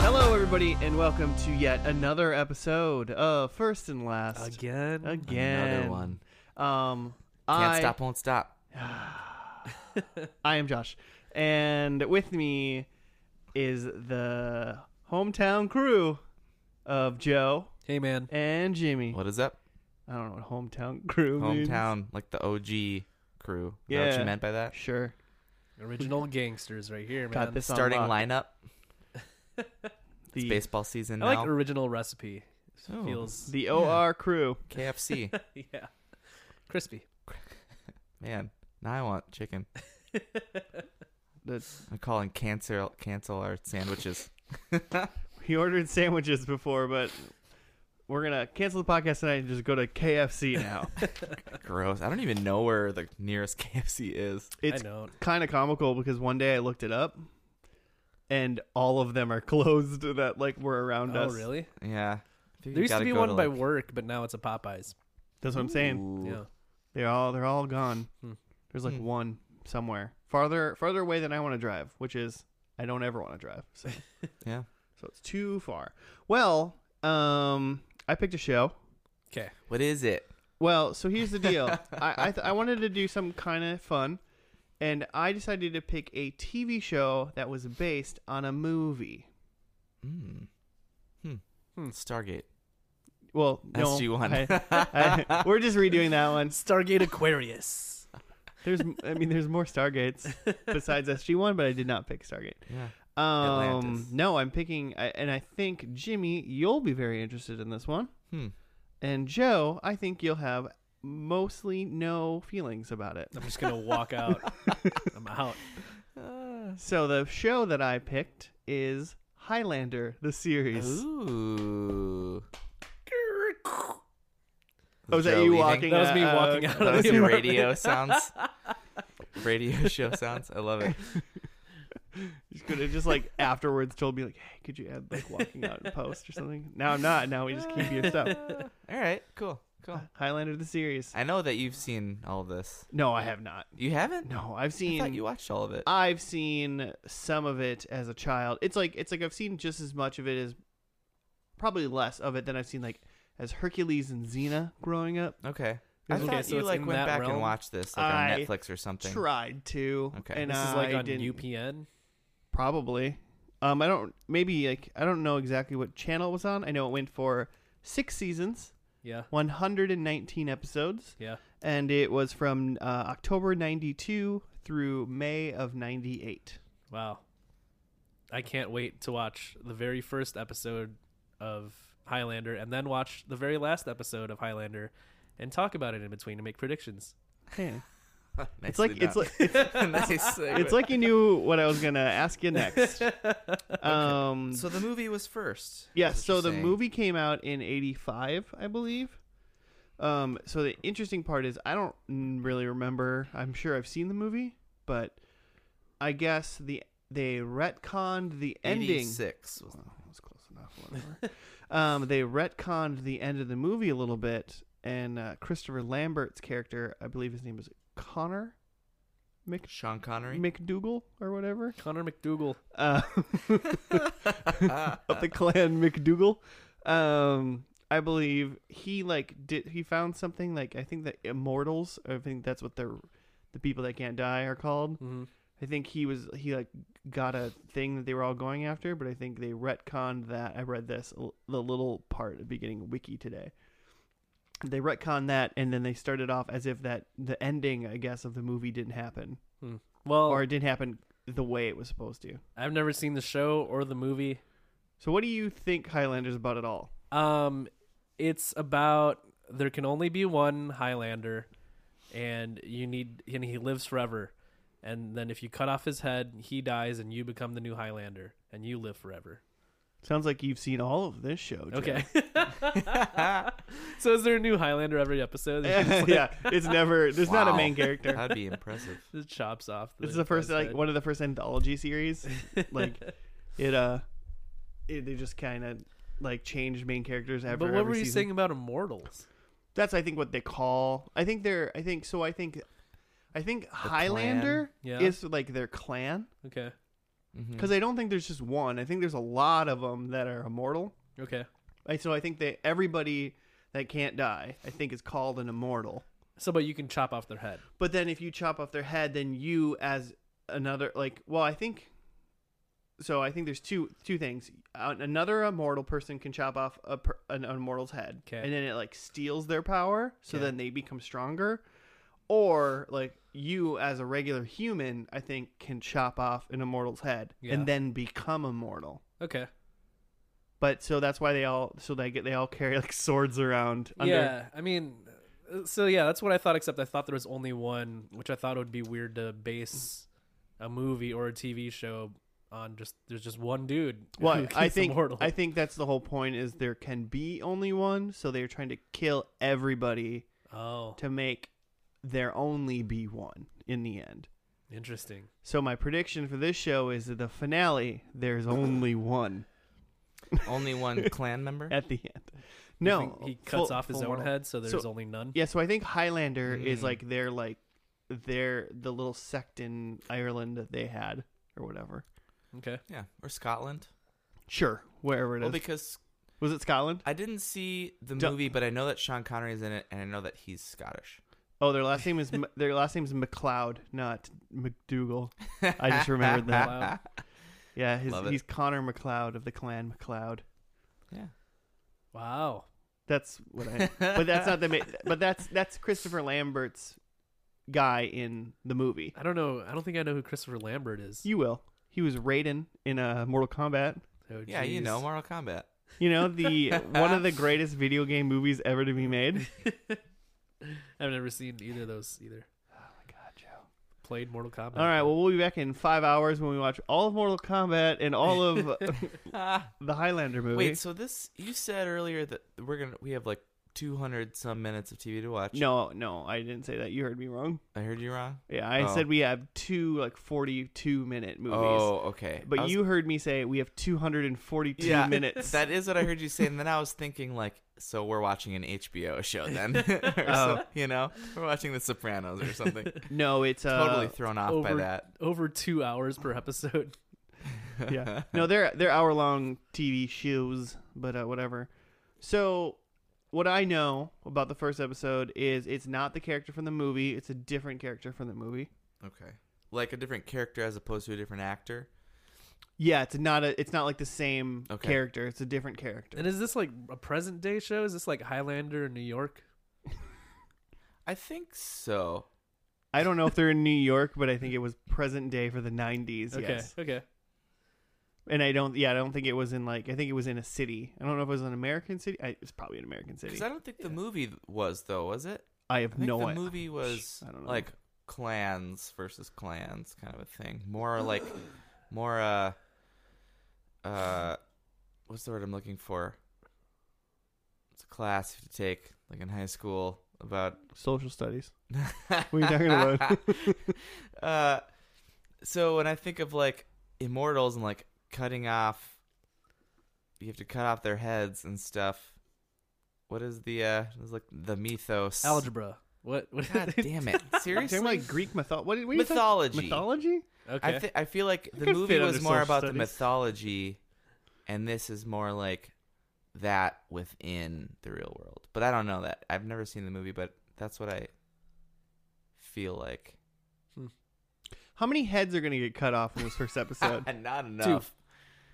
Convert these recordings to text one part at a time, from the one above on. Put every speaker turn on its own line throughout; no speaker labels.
Hello, everybody, and welcome to yet another episode of First and Last.
Again.
Again.
Another one.
Um,
Can't
I,
stop, won't stop.
I am Josh, and with me is the hometown crew of Joe
Hey man.
and Jimmy.
What is up?
I don't know what hometown crew means.
Hometown, like the OG crew. Is that what
Yeah.
you meant by that?
Sure.
Original gangsters right here, man.
Got this on
Starting
lock.
lineup.
The,
Baseball season
I like
now.
original recipe.
Ooh,
Feels
the OR crew.
KFC.
yeah. Crispy.
Man, now I want chicken.
The,
I'm calling cancel cancel our sandwiches.
he ordered sandwiches before, but we're gonna cancel the podcast tonight and just go to KFC now.
Gross. I don't even know where the nearest KFC is.
It's
I know.
kind of comical because one day I looked it up, and all of them are closed that like were around
Oh
us.
really?
Yeah. I
There
think you
used to
gotta
be
go
one by
like-
work, but now it's a Popeyes.
That's what I'm saying.
Ooh.
Yeah.
They're all they're all gone.
Hmm.
There's like
Hmm.
one somewhere farther farther away than I want to drive, which is I don't ever want to drive. So
Yeah.
so it's too far. Well, um, I picked a show.
Okay.
What is it?
Well, so here's the deal. I I, th- I wanted to do some kind of fun, and I decided to pick a TV show that was based on a movie.
Mm. Hmm.
Hmm.
Stargate.
Well, no,
SG-1.
I- I- we're just redoing that one.
Stargate Aquarius.
There's, I mean, there's more Stargates besides SG One, but I did not pick Stargate.
Yeah.
Um,
Atlantis.
no, I'm picking, I- and I think Jimmy, you'll be very interested in this one,
Hmm.
and Joe, I think you'll have mostly no feelings about it.
I'm just gonna walk out. I'm out.
So the show that I picked is Highlander, the series.
Ooh.
Oh, is that
Joe
you
leaving?
walking?
That was me
out? Oh,
walking
okay.
out
That
of
was
the
some
apartment.
radio sounds. radio show sounds. I love it.
You could have just like afterwards told me like, hey, could you add like walking out in post or something? Now I'm not. Now we just keep your stuff.
All right, cool, cool.
Highlander, the series.
I know that you've seen all this.
No, I have not.
You haven't?
No, I've
I
seen
thought you watched all of it.
I've seen some of it as a child. It's like it's like I've seen just as much of it as probably less of it than I've seen like as Hercules and Xena growing up.
Okay. I
Okay,
thought
so
you
it's
like
in
went
that
back
realm?
and watched this like on
I
Netflix or something.
Tried to,
Okay.
and
This
I
is like on
didn't
UPN.
probably. Um, I don't maybe like I don't know exactly what channel it was on. I know it went for six seasons,
Yeah.
119 episodes,
Yeah.
and it was from uh, October '92 through May of '98.
Wow. I can't wait to watch the very first episode of Highlander and then watch the very last episode of Highlander and talk about it in between and make predictions.
It's like it's like
nice.
it's like you knew what I was gonna ask you next. Um,
so the movie was first.
yeah,
is what
so
you're
the
saying.
movie came out in '85, I believe. Um, so the interesting part is I don't n- really remember. I'm sure I've seen the movie, but I guess the they retconned the ending.
Six.
Well, that was close enough. whatever. um, they retconned the end of the movie a little bit, and uh, Christopher Lambert's character, I believe his name was Connor Mc-
Sean Connery.
McDougal or whatever.
Connor McDougal.
uh, of the clan McDougal. Um, I believe he like did he found something like I think the immortals. I think that's what they're the people that can't die are called.
Mm-hmm.
I think he was he like got a thing that they were all going after, but I think they retconned that. I read this l- the little part at the beginning of wiki today. They retconned that, and then they started off as if that the ending, I guess, of the movie didn't happen,
Well,
or it didn't happen the way it was supposed to.
I've never seen the show or the movie.
So, what do you think Highlander's about at all?
Um, it's about there can only be one Highlander, and you need and he lives forever. And then if you cut off his head, he dies, and you become the new Highlander, and you live forever.
Sounds like you've seen all of this show. Joe.
Okay. so is there a new Highlander every episode? It's just like-
yeah, it's never. There's not a
Wow.
main character.
That'd be impressive.
just chops off.
It's the first like one of the first anthology series. Like it uh it, they just kind of like changed main characters after
But what
every
were you
season.
saying about Immortals?
That's I think what they call. I think they're I think so I think I think Highlander
Yeah. Mm.
is like their clan
Okay.
Mm-hmm.
cuz I don't think there's just one. I think there's a lot of them that are immortal.
Okay.
I, so I think that everybody that can't die I think is called an immortal.
So, but you can chop off their head.
But then if you chop off their head, then you as another like well, I think so I think there's two two things. An- Another immortal person can chop off a per, an immortal's head,
Okay.
and then it like steals their power, so
Okay.
then they become stronger. Or like you as a regular human, I think can chop off an immortal's head
Yeah.
and then become immortal.
Okay.
But so that's why they all so they get they all carry like swords around. Under,
Yeah. I mean, uh, so yeah, that's what I thought. Except I thought there was only one, which I thought would be weird to base a movie or a TV show on. Just there's just one dude.
Well, I
keeps
think
immortal.
I think that's the whole point is there can be only one, so they're trying to kill everybody
oh,
to make there only be one in the end.
interesting.
So my prediction for this show is that the finale there's only one
Only one clan member.
at the end.
You
No,
think he cuts
full-
off his
full
own
mortal.
head, Hmm. so there's
So-
only none.
Yeah, so I think Highlander is
Mm.
like their like their the little sect in Ireland that they had or whatever.
Okay.
Yeah, or Scotland.
Sure, wherever it is.
Well, because
Was it Scotland?
I didn't see the
Don't-
movie, but I know that Sean Connery is in it, and I know that he's Scottish.
Oh, their last name is M- their last name is McLeod, not McDougal. I just remembered that.
Wow.
Yeah, his,
Love it.
he's Connor McLeod of the Clan McLeod.
Yeah.
Wow.
That's what I. but that's not the. Ma- but that's that's Christopher Lambert's guy in the movie.
I don't know. I don't think I know who Christopher Lambert is.
You will. He was Raiden in uh, Mortal Kombat.
Oh,
Yeah, you
jeez.
know, Mortal Kombat.
You know the one of the greatest video game movies ever to be made.
I've never seen either of those either.
Oh my god, Joe!
Played Mortal Kombat.
All right, well we'll be back in five hours when we watch all of Mortal Kombat and all of
Ah.
the Highlander movie.
Wait, so this you said earlier that we're gonna we have like two hundred some minutes of TV to watch.
no, no, I didn't say that. You heard me wrong.
I heard you wrong.
Yeah, I
Oh.
said we have two like forty-two minute movies.
Oh, okay.
But
I was-
you heard me say we have 242
yeah,
minutes.
That is what I heard you say, and then I was thinking like, so we're watching an HBO show then, or
Oh.
so, you know, we're watching The Sopranos or something.
no, it's uh,
totally thrown off by
over-
that.
Over two hours per episode.
yeah. No, they're they're hour long TV shows, but uh, whatever. So what I know about the first episode is it's not the character from the movie; it's a different character from the movie.
Okay. Like a different character as opposed to a different actor.
Yeah, it's not a. It's not like the same
Okay.
character. It's a different character.
And is this like a present day show? Is this like Highlander in New York?
I think so.
I don't know if they're in New York, but I think it was present day for the '90s.
Okay.
Yes.
Okay.
And I don't. Yeah, I don't think it was in like. I think it was in a city. I don't know if it was an American city. I, it's probably an American city.
Because I don't think the movie was though, was it?
I
I
have
think
no
the
idea.
movie was
I don't know.
like clans versus clans kind of a thing. More like more uh uh what's the word I'm looking for? It's a class you have to take like in high school about
social studies. What are you talking
about? uh, so when I think of like immortals and like cutting off, you have to cut off their heads and stuff. What is the uh? It's like the mythos.
Algebra. What? what
God damn it! Seriously,
Talking like Greek mythology. What, did- what do you think?
mythology.
Mythology?
Okay.
I th- I feel like the
could
movie
fit
was
under
more
social
about the
studies.
mythology, and this is more like that within the real world. But I don't know that. I've never seen the movie, but that's what I feel like.
How many heads are going to get cut off in this first episode?
Not enough.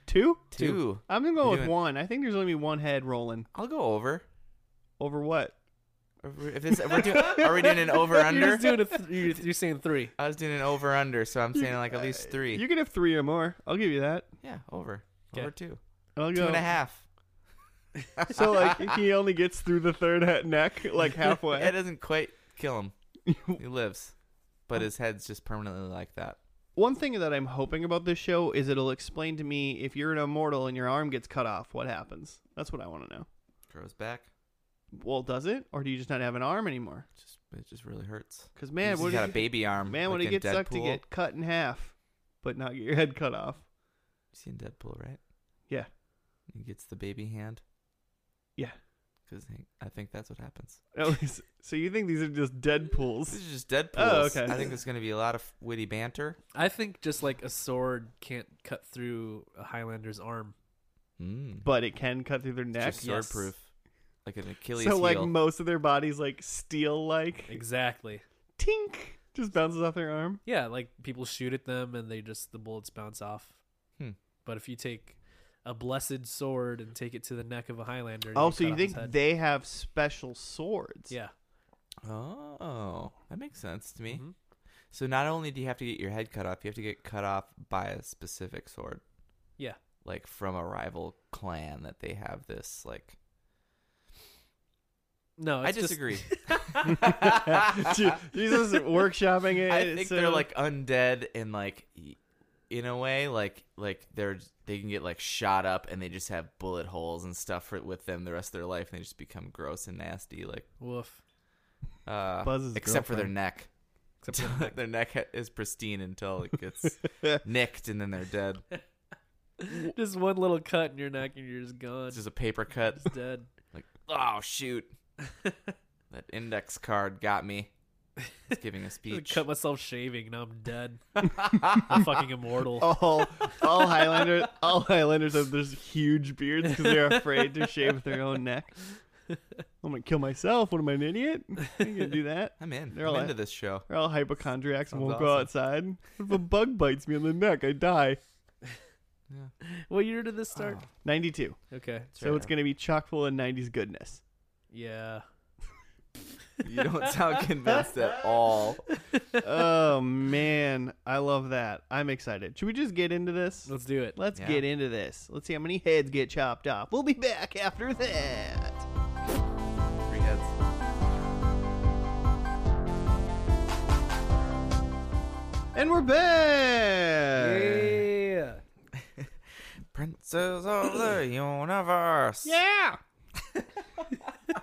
Two?
Two.
I'm going to go
You're
with
doing-
one. I think there's only one head rolling.
I'll go over.
Over what?
If we're- If this, if we're doing, are we doing an over
You're,
under?
just doing a th- you're, you're saying three.
I was doing an over under, so I'm saying like at least three.
Uh, You can have three or more. I'll give you that.
yeah, over.
Okay.
Over two.
I'll go.
Two and a half.
So, like, he only gets through the third he- neck, like,
It
halfway.
doesn't quite kill him. He lives, but his head's just permanently like that.
one thing that I'm hoping about this show is it'll explain to me if you're an immortal and your arm gets cut off, what happens? That's what I want to know.
Grows back.
Well, does it, or do you just not have an arm anymore?
Just it just really hurts.
Because
Man,
man,
he's
what
got a
if you,
baby arm.
man, when
like
it
in
gets sucked to
Deadpool.
get cut in half, but not get your head cut off.
You've seen Deadpool, right?
Yeah.
He gets the baby hand.
Yeah.
Because I think that's what happens.
Oh, is- so you think these are just
This
Deadpools?
is just Deadpool.
Oh, okay.
I think there's going to be a lot of witty banter.
I think just like a sword can't cut through a Highlander's arm.
Mm.
But it can cut through their
It's
neck.
just sword
yes.
proof, like an Achilles
So like
heel.
most of their bodies like steel like
Exactly.
tink just bounces off their arm.
Yeah, like people shoot at them and they just the bullets bounce off.
Hmm.
But if you take a blessed sword and take it to the neck of a Highlander,
Oh,
cut
so you
off his
think
head.
they have special swords?
Yeah.
oh, that makes sense to me.
Mhm.
So not only do you have to get your head cut off, you have to get cut off by a specific sword.
Yeah.
Like from a rival clan that they have this like.
No, Oh,
I
it's just-
disagree.
Jesus workshopping it.
I think they're
so-
like undead and like, y- in a way, like like they're they can get like shot up and they just have bullet holes and stuff for, with them the rest of their life and they just become gross and nasty like
woof.
uh
Buzz's
except for their
girlfriend.
neck.
Except for the neck.
their neck ha- is pristine until it gets nicked and then they're dead.
just one little cut in your neck and you're just gone.
It's just a paper cut.
Just dead.
Like, oh shoot, that index card got me. It's giving a speech.
Cut myself shaving. Now I'm dead. I'm fucking immortal.
all all Highlanders all Highlanders have those huge beards because they're afraid to shave their own neck. I'm gonna kill myself. What am I an idiot? I'm gonna do that.
I'm in.
They're
I'm
all-
into this show.
They're all hypochondriacs and
Sounds
won't go outside. What if a bug bites me on the neck? I die.
What year did this start?
Oh,
92.
Okay.
So it's gonna be chock full of 90s goodness.
Yeah.
You don't sound convinced at all.
oh man, I love that. I'm excited. Should we just get into this?
Let's do it.
Let's
Yeah.
get into this. Let's see how many heads get chopped off. We'll be back after that.
Three heads.
And we're back.
Yeah.
Princess of the universe.
Yeah.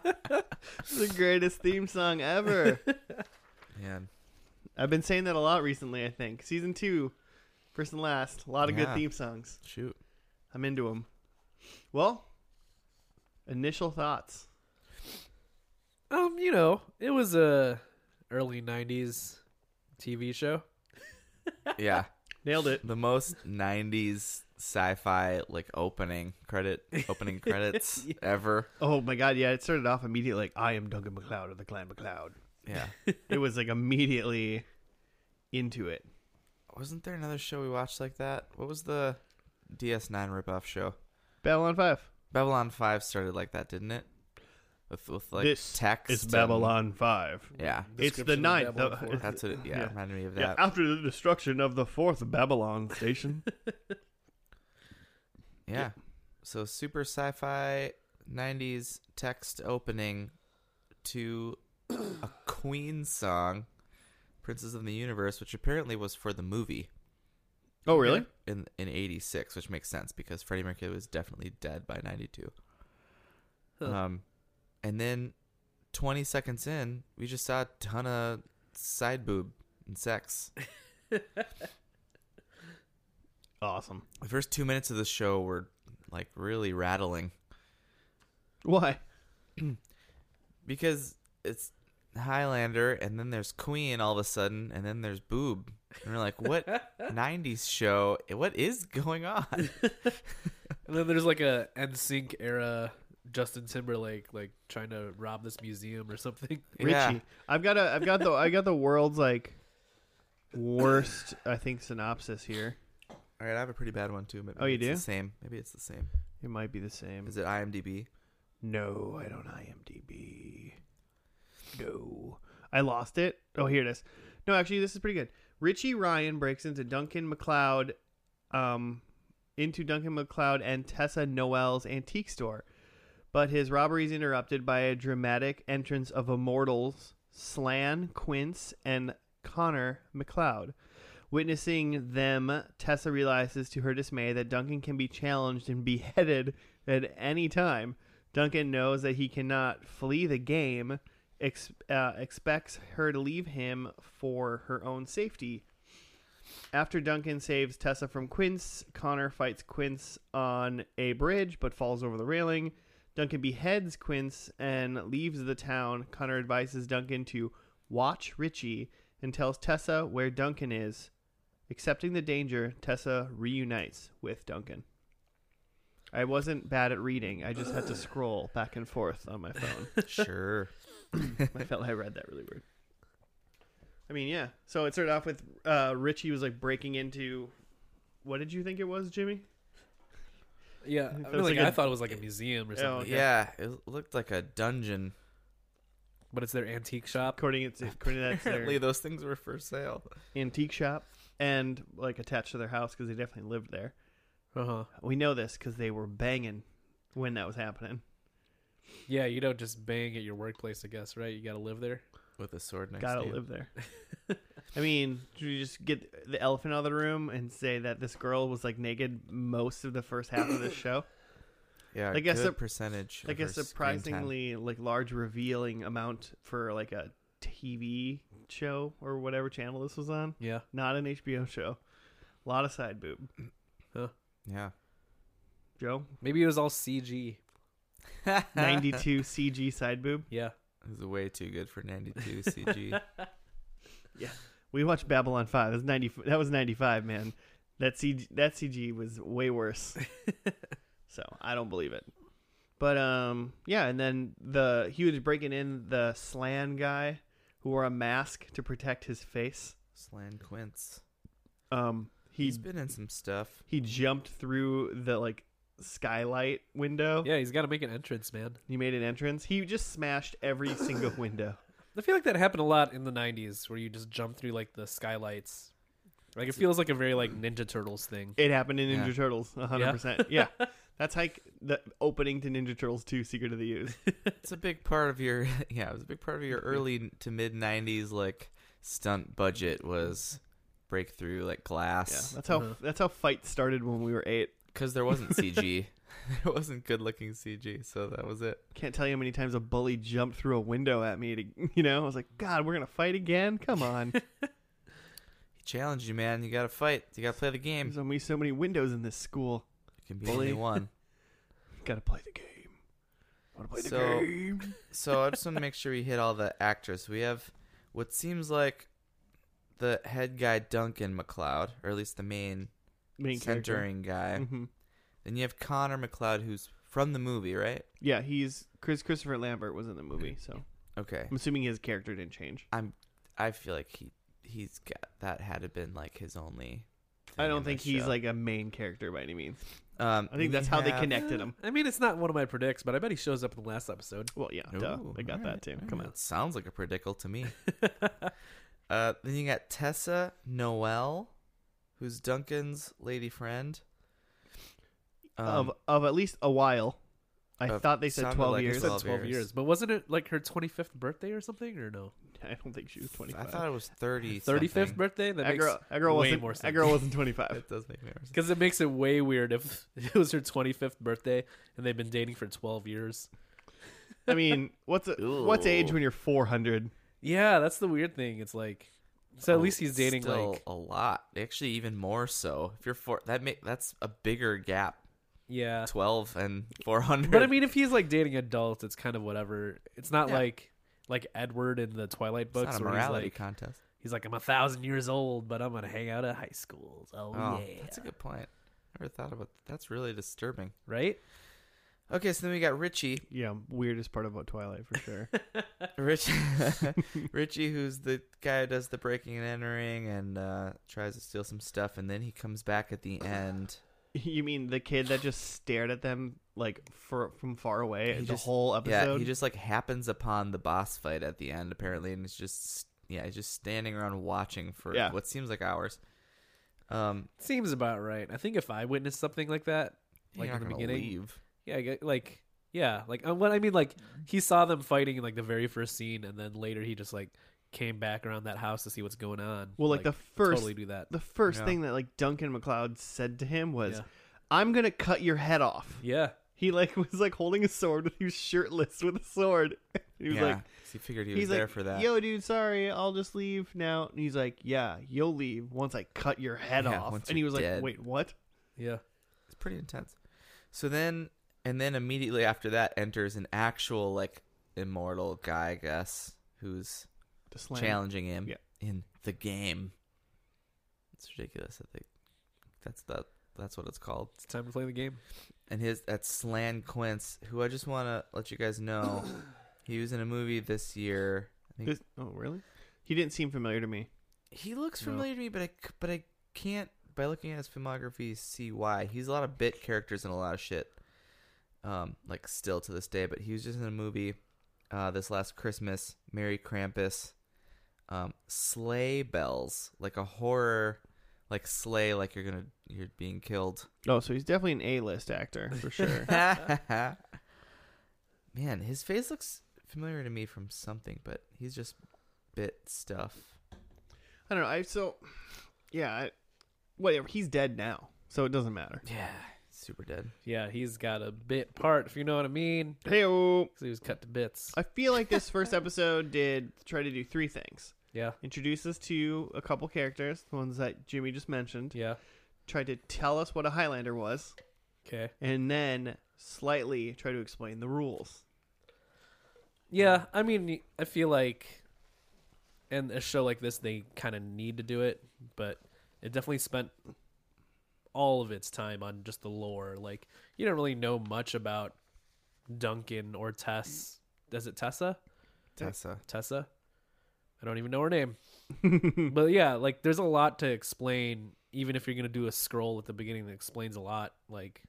the greatest theme song ever.
Man,
I've been saying that a lot recently, I think. Season 2, first and last, a lot of good
Yeah.
theme songs.
shoot.
I'm into them. Well, initial thoughts.
Um, you know, it was a early '90s TV show.
Yeah,
Nailed it.
the most '90s sci-fi like opening credit, opening credits
Yeah.
ever.
Oh my god, yeah, it started off immediately like I am Duncan McLeod of the Clan McLeod.
Yeah.
It was like immediately into it.
Wasn't there another show we watched like that? What was the DS9 ripoff show?
Babylon 5.
Babylon 5 started like that, didn't it? With, with like
This
text.
It's
and-
Babylon 5.
yeah.
It's the
Description of
ninth.
Babylon
the-
four.
That's what it, yeah,
Yeah.
reminded me of
Yeah,
that. Yeah.
after the destruction of the fourth Babylon station.
So super sci-fi 90s text opening to a Queen song, Princess of the Universe, which apparently was for the movie
oh, really?
in in 86, which makes sense because Freddie Mercury was definitely dead by 92.
Huh.
Um, and then 20 seconds in, we just saw a ton of side boob and sex.
Awesome.
The first two minutes of the show were like really rattling
Why?
because it's Highlander and then there's Queen all of a sudden and then there's boob. And we're like, what 90s show? What is going on?
And then there's like a NSYNC era Justin Timberlake like trying to rob this museum or something.
Richie.
Yeah.
I've got a I've got the I got the world's like worst I think synopsis here.
All right, I have a pretty bad one too. Maybe
Oh, you
it's
do?
The same. Maybe it's the same.
It might be the same.
Is it IMDb?
No, I don't IMDb. No. I lost it. Oh, here it is. No, actually, this is pretty good. Richie Ryan breaks into Duncan McLeod, um, into Duncan McLeod and Tessa Noel's antique store, but his robbery is interrupted by a dramatic entrance of immortals Slan, Quince, and Connor McLeod. Witnessing them, Tessa realizes to her dismay that Duncan can be challenged and beheaded at any time. Duncan knows that he cannot flee the game, ex- uh, expects her to leave him for her own safety. After Duncan saves Tessa from Quince, Connor fights Quince on a bridge but falls over the railing. Duncan beheads Quince and leaves the town. Connor advises Duncan to watch Richie and tells Tessa where Duncan is. Accepting the danger, Tessa reunites with Duncan. I wasn't bad at reading. I just had to scroll back and forth on my phone.
sure.
I felt I read that really weird. I mean, yeah. So it started off with uh, Richie was like breaking into. What did you think it was, Jimmy?
Yeah, I,
That
mean,
was
like,
like
I
a-
thought it was like a museum or
Oh,
something.
okay.
Yeah, it looked like a dungeon.
but it's their antique shop.
According to according to that, it's
Apparently,
their
those things were for sale.
antique shop and like attached to their house because they definitely lived there.
Uh huh.
We know this because they were banging when that was happening.
Yeah, you don't just bang at your workplace, I guess, right? You got to live there.
With a sword next
Gotta
to you.
live there. I mean, should we just get the elephant out of the room and say that this girl was like naked most of the first half of this show?
Yeah,
Like a
good
sup-
percentage. of
like
her
a
screen time.
surprisingly like large revealing amount for like a TV show or whatever channel this was on.
Yeah.
Not an HBO show. A lot of side boob.
Yeah.
Joe,
Maybe it was all CG.
ninety two CG side boob.
Yeah.
It was way too good for 92 CG.
We watched Babylon Five. That was ninety. That was ninety five. Man, that CG. That CG was way worse. so I don't believe it. But um, yeah. And then the he was breaking in the slan guy who wore a mask to protect his face.
Slan Quince.
Um, he
He's been in some stuff.
he jumped through the like skylight window.
Yeah, he's got to make an entrance, man.
He made an entrance. He just smashed every single window.
I feel like that happened a lot in the 90s where you just jump through like the skylights. Like it feels like a very like Ninja Turtles thing.
It happened in Ninja
Yeah.
Turtles, Turtles, hundred percent. Yeah, that's like the opening to Ninja Turtles Two: Secret of the Ooze.
It's a big part of your yeah, it was a big part of your early to mid 90s like stunt budget was breakthrough like
Yeah,
glass
that's how
Uh-huh.
that's how fights started when we were eight.
cuz there wasn't CG. there wasn't good looking CG, so that was it.
Can't tell you how many times a bully jumped through a window at me. To you know, I was like, God, we're gonna fight again. Come on,
He challenged you, man. You got to fight. You got to play the game.
there's only so many windows in this school.
You can be
Bully.
only one.
Gotta play the game. Wanna play the
So-
game?
so I just want to make sure we hit all the actors. We have what seems like the head guy Duncan McLeod, or at least the main,
Main character.
centering guy.
hmm
Then you have Connor McLeod, who's from the movie, right?
Yeah, he's Chris Christopher Lambert was in the movie, so
Okay,
I'm assuming his character didn't change.
I feel like he he's got that had to been like his only.
I
thing
don't
in
think
this
he's
show.
like a main character by any means.
Um,
I think that's
we
how they
have-
connected him.
I mean, it's not one of my predicts, but I bet he shows up in the last episode.
Well, yeah, duh,
Ooh,
I got that
alright,
too.
alright.
Come on.
That sounds like a predicle to me. Uh, then you got Tessa Noel, who's Duncan's lady friend. Um,
of of at least a while. I
of-
thought they said
sounded
twelve
like it
years.
said
12 years. But wasn't it like her 25th birthday or something or no?
I don't think she was twenty
I
five.
thought it was 30.
35th
something.
birthday? That,
That,
makes
girl, that girl
way
wasn't.
more sense.
That girl wasn't twenty five.
That does make me nervous.
Because it makes it way weird if it was her 25th birthday and they've been dating for 12 years.
I mean, what's a, what's age
Ooh.
when you're four hundred?
Yeah, that's the weird thing. It's like, so at
Oh,
least he's dating
still
like,
a lot. Actually, even more so. If you're four, that make that's a bigger gap.
yeah.
Twelve and four hundred.
But I mean, if he's like dating adults, it's kind of whatever. It's not
Yeah.
like like Edward in the Twilight
it's
books
not a
where
morality
he's like,
contest.
he's like, I'm a thousand years old, but I'm gonna hang out at high schools. Oh,
Oh,
yeah,
that's a good point. Never thought about That's really disturbing.
right?
Okay, so then we got Richie.
Yeah, weirdest part about Twilight for sure.
Rich, Richie, who's the guy who does the breaking and entering and uh, tries to steal some stuff, and then he comes back at the end.
you mean the kid that just stared at them like for from far away
He
the
just-
whole episode?
Yeah, he just like happens upon the boss fight at the end apparently, and it's just yeah, he's just standing around watching for
Yeah.
what seems like hours. Um,
Seems about right. I think if I witnessed something like that,
like
Like
in
in the beginning?
leave.
yeah, I get- like yeah, like uh, what I mean, like he saw them fighting in like the very first scene, and then later he just like came back around that house to see what's going on.
Well, like, the first
totally do that.
the first
Yeah.
thing that like Duncan McLeod said to him was,
Yeah.
"I'm gonna cut your head off."
Yeah,
He like was like holding a sword. He was shirtless with a sword. He was
yeah.
like,
'cause he figured he was
he's
there
like,
for that.
"Yo, dude, sorry, I'll just leave now." And he's like, "Yeah, you'll leave once I cut your head
Yeah,
off."
once
And he
you're
was
dead.
like, "Wait, what?"
yeah.
It's pretty intense. So then, and then immediately after that enters an actual like immortal guy, I guess, who's
To slam.
challenging him
Yeah.
in the game. It's ridiculous. I think that's that. That's what it's called.
It's time to play the game.
And his that's Slan Quince, who I just want to let you guys know, he was in a movie this year. I think
This- oh, really? He didn't seem familiar to me.
he looks
No.
familiar to me, but I c- but I can't by looking at his filmography see why. He's a lot of bit characters and a lot of shit. Um, like still to this day, but he was just in a movie, uh, this last Christmas, Mary Krampus, um, sleigh bells, like a horror, like sleigh, like you're gonna you're being killed.
Oh, so he's definitely an A-list actor for sure.
Man, his face looks familiar to me from something, but he's just bit stuff.
I don't know. I so yeah, I, whatever. He's dead now, so it doesn't matter.
Yeah, super dead.
Yeah, he's got a bit part, if you know what I mean.
Hey, I
'Cause he was cut to bits.
feel like this first episode did try to do three things:
Yeah,
introduce us to a couple characters, the ones that Jimmy just mentioned,
yeah.
tried to tell us what a Highlander was,
Okay.
and then slightly try to explain the rules.
Yeah, I mean, I feel like, and a show like this, they kind of need to do it, but it definitely spent all of its time on just the lore. Like, you don't really know much about Duncan or Tess. Does it Tessa?
Tessa.
Tessa? I don't even know her name. but yeah, like, there's a lot to explain, even if you're going to do a scroll at the beginning that explains a lot. Like,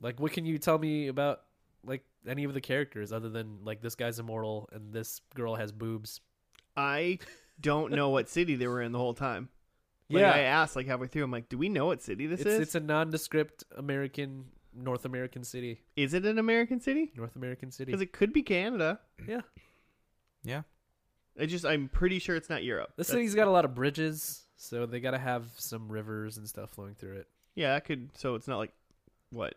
like what can you tell me about like any of the characters other than like this guy's immortal and this girl has boobs
I don't know what city they were in the whole time. Like, I asked like halfway through. I'm like, do we know what city this
it's,
is?
it's a nondescript american north american city
is it an American city?
north american city
Because it could be Canada.
yeah
Yeah.
I just I'm pretty sure it's not Europe.
this
That's-
city's got a lot of bridges so they gotta have some rivers and stuff flowing through
Yeah, I could. So it's not like what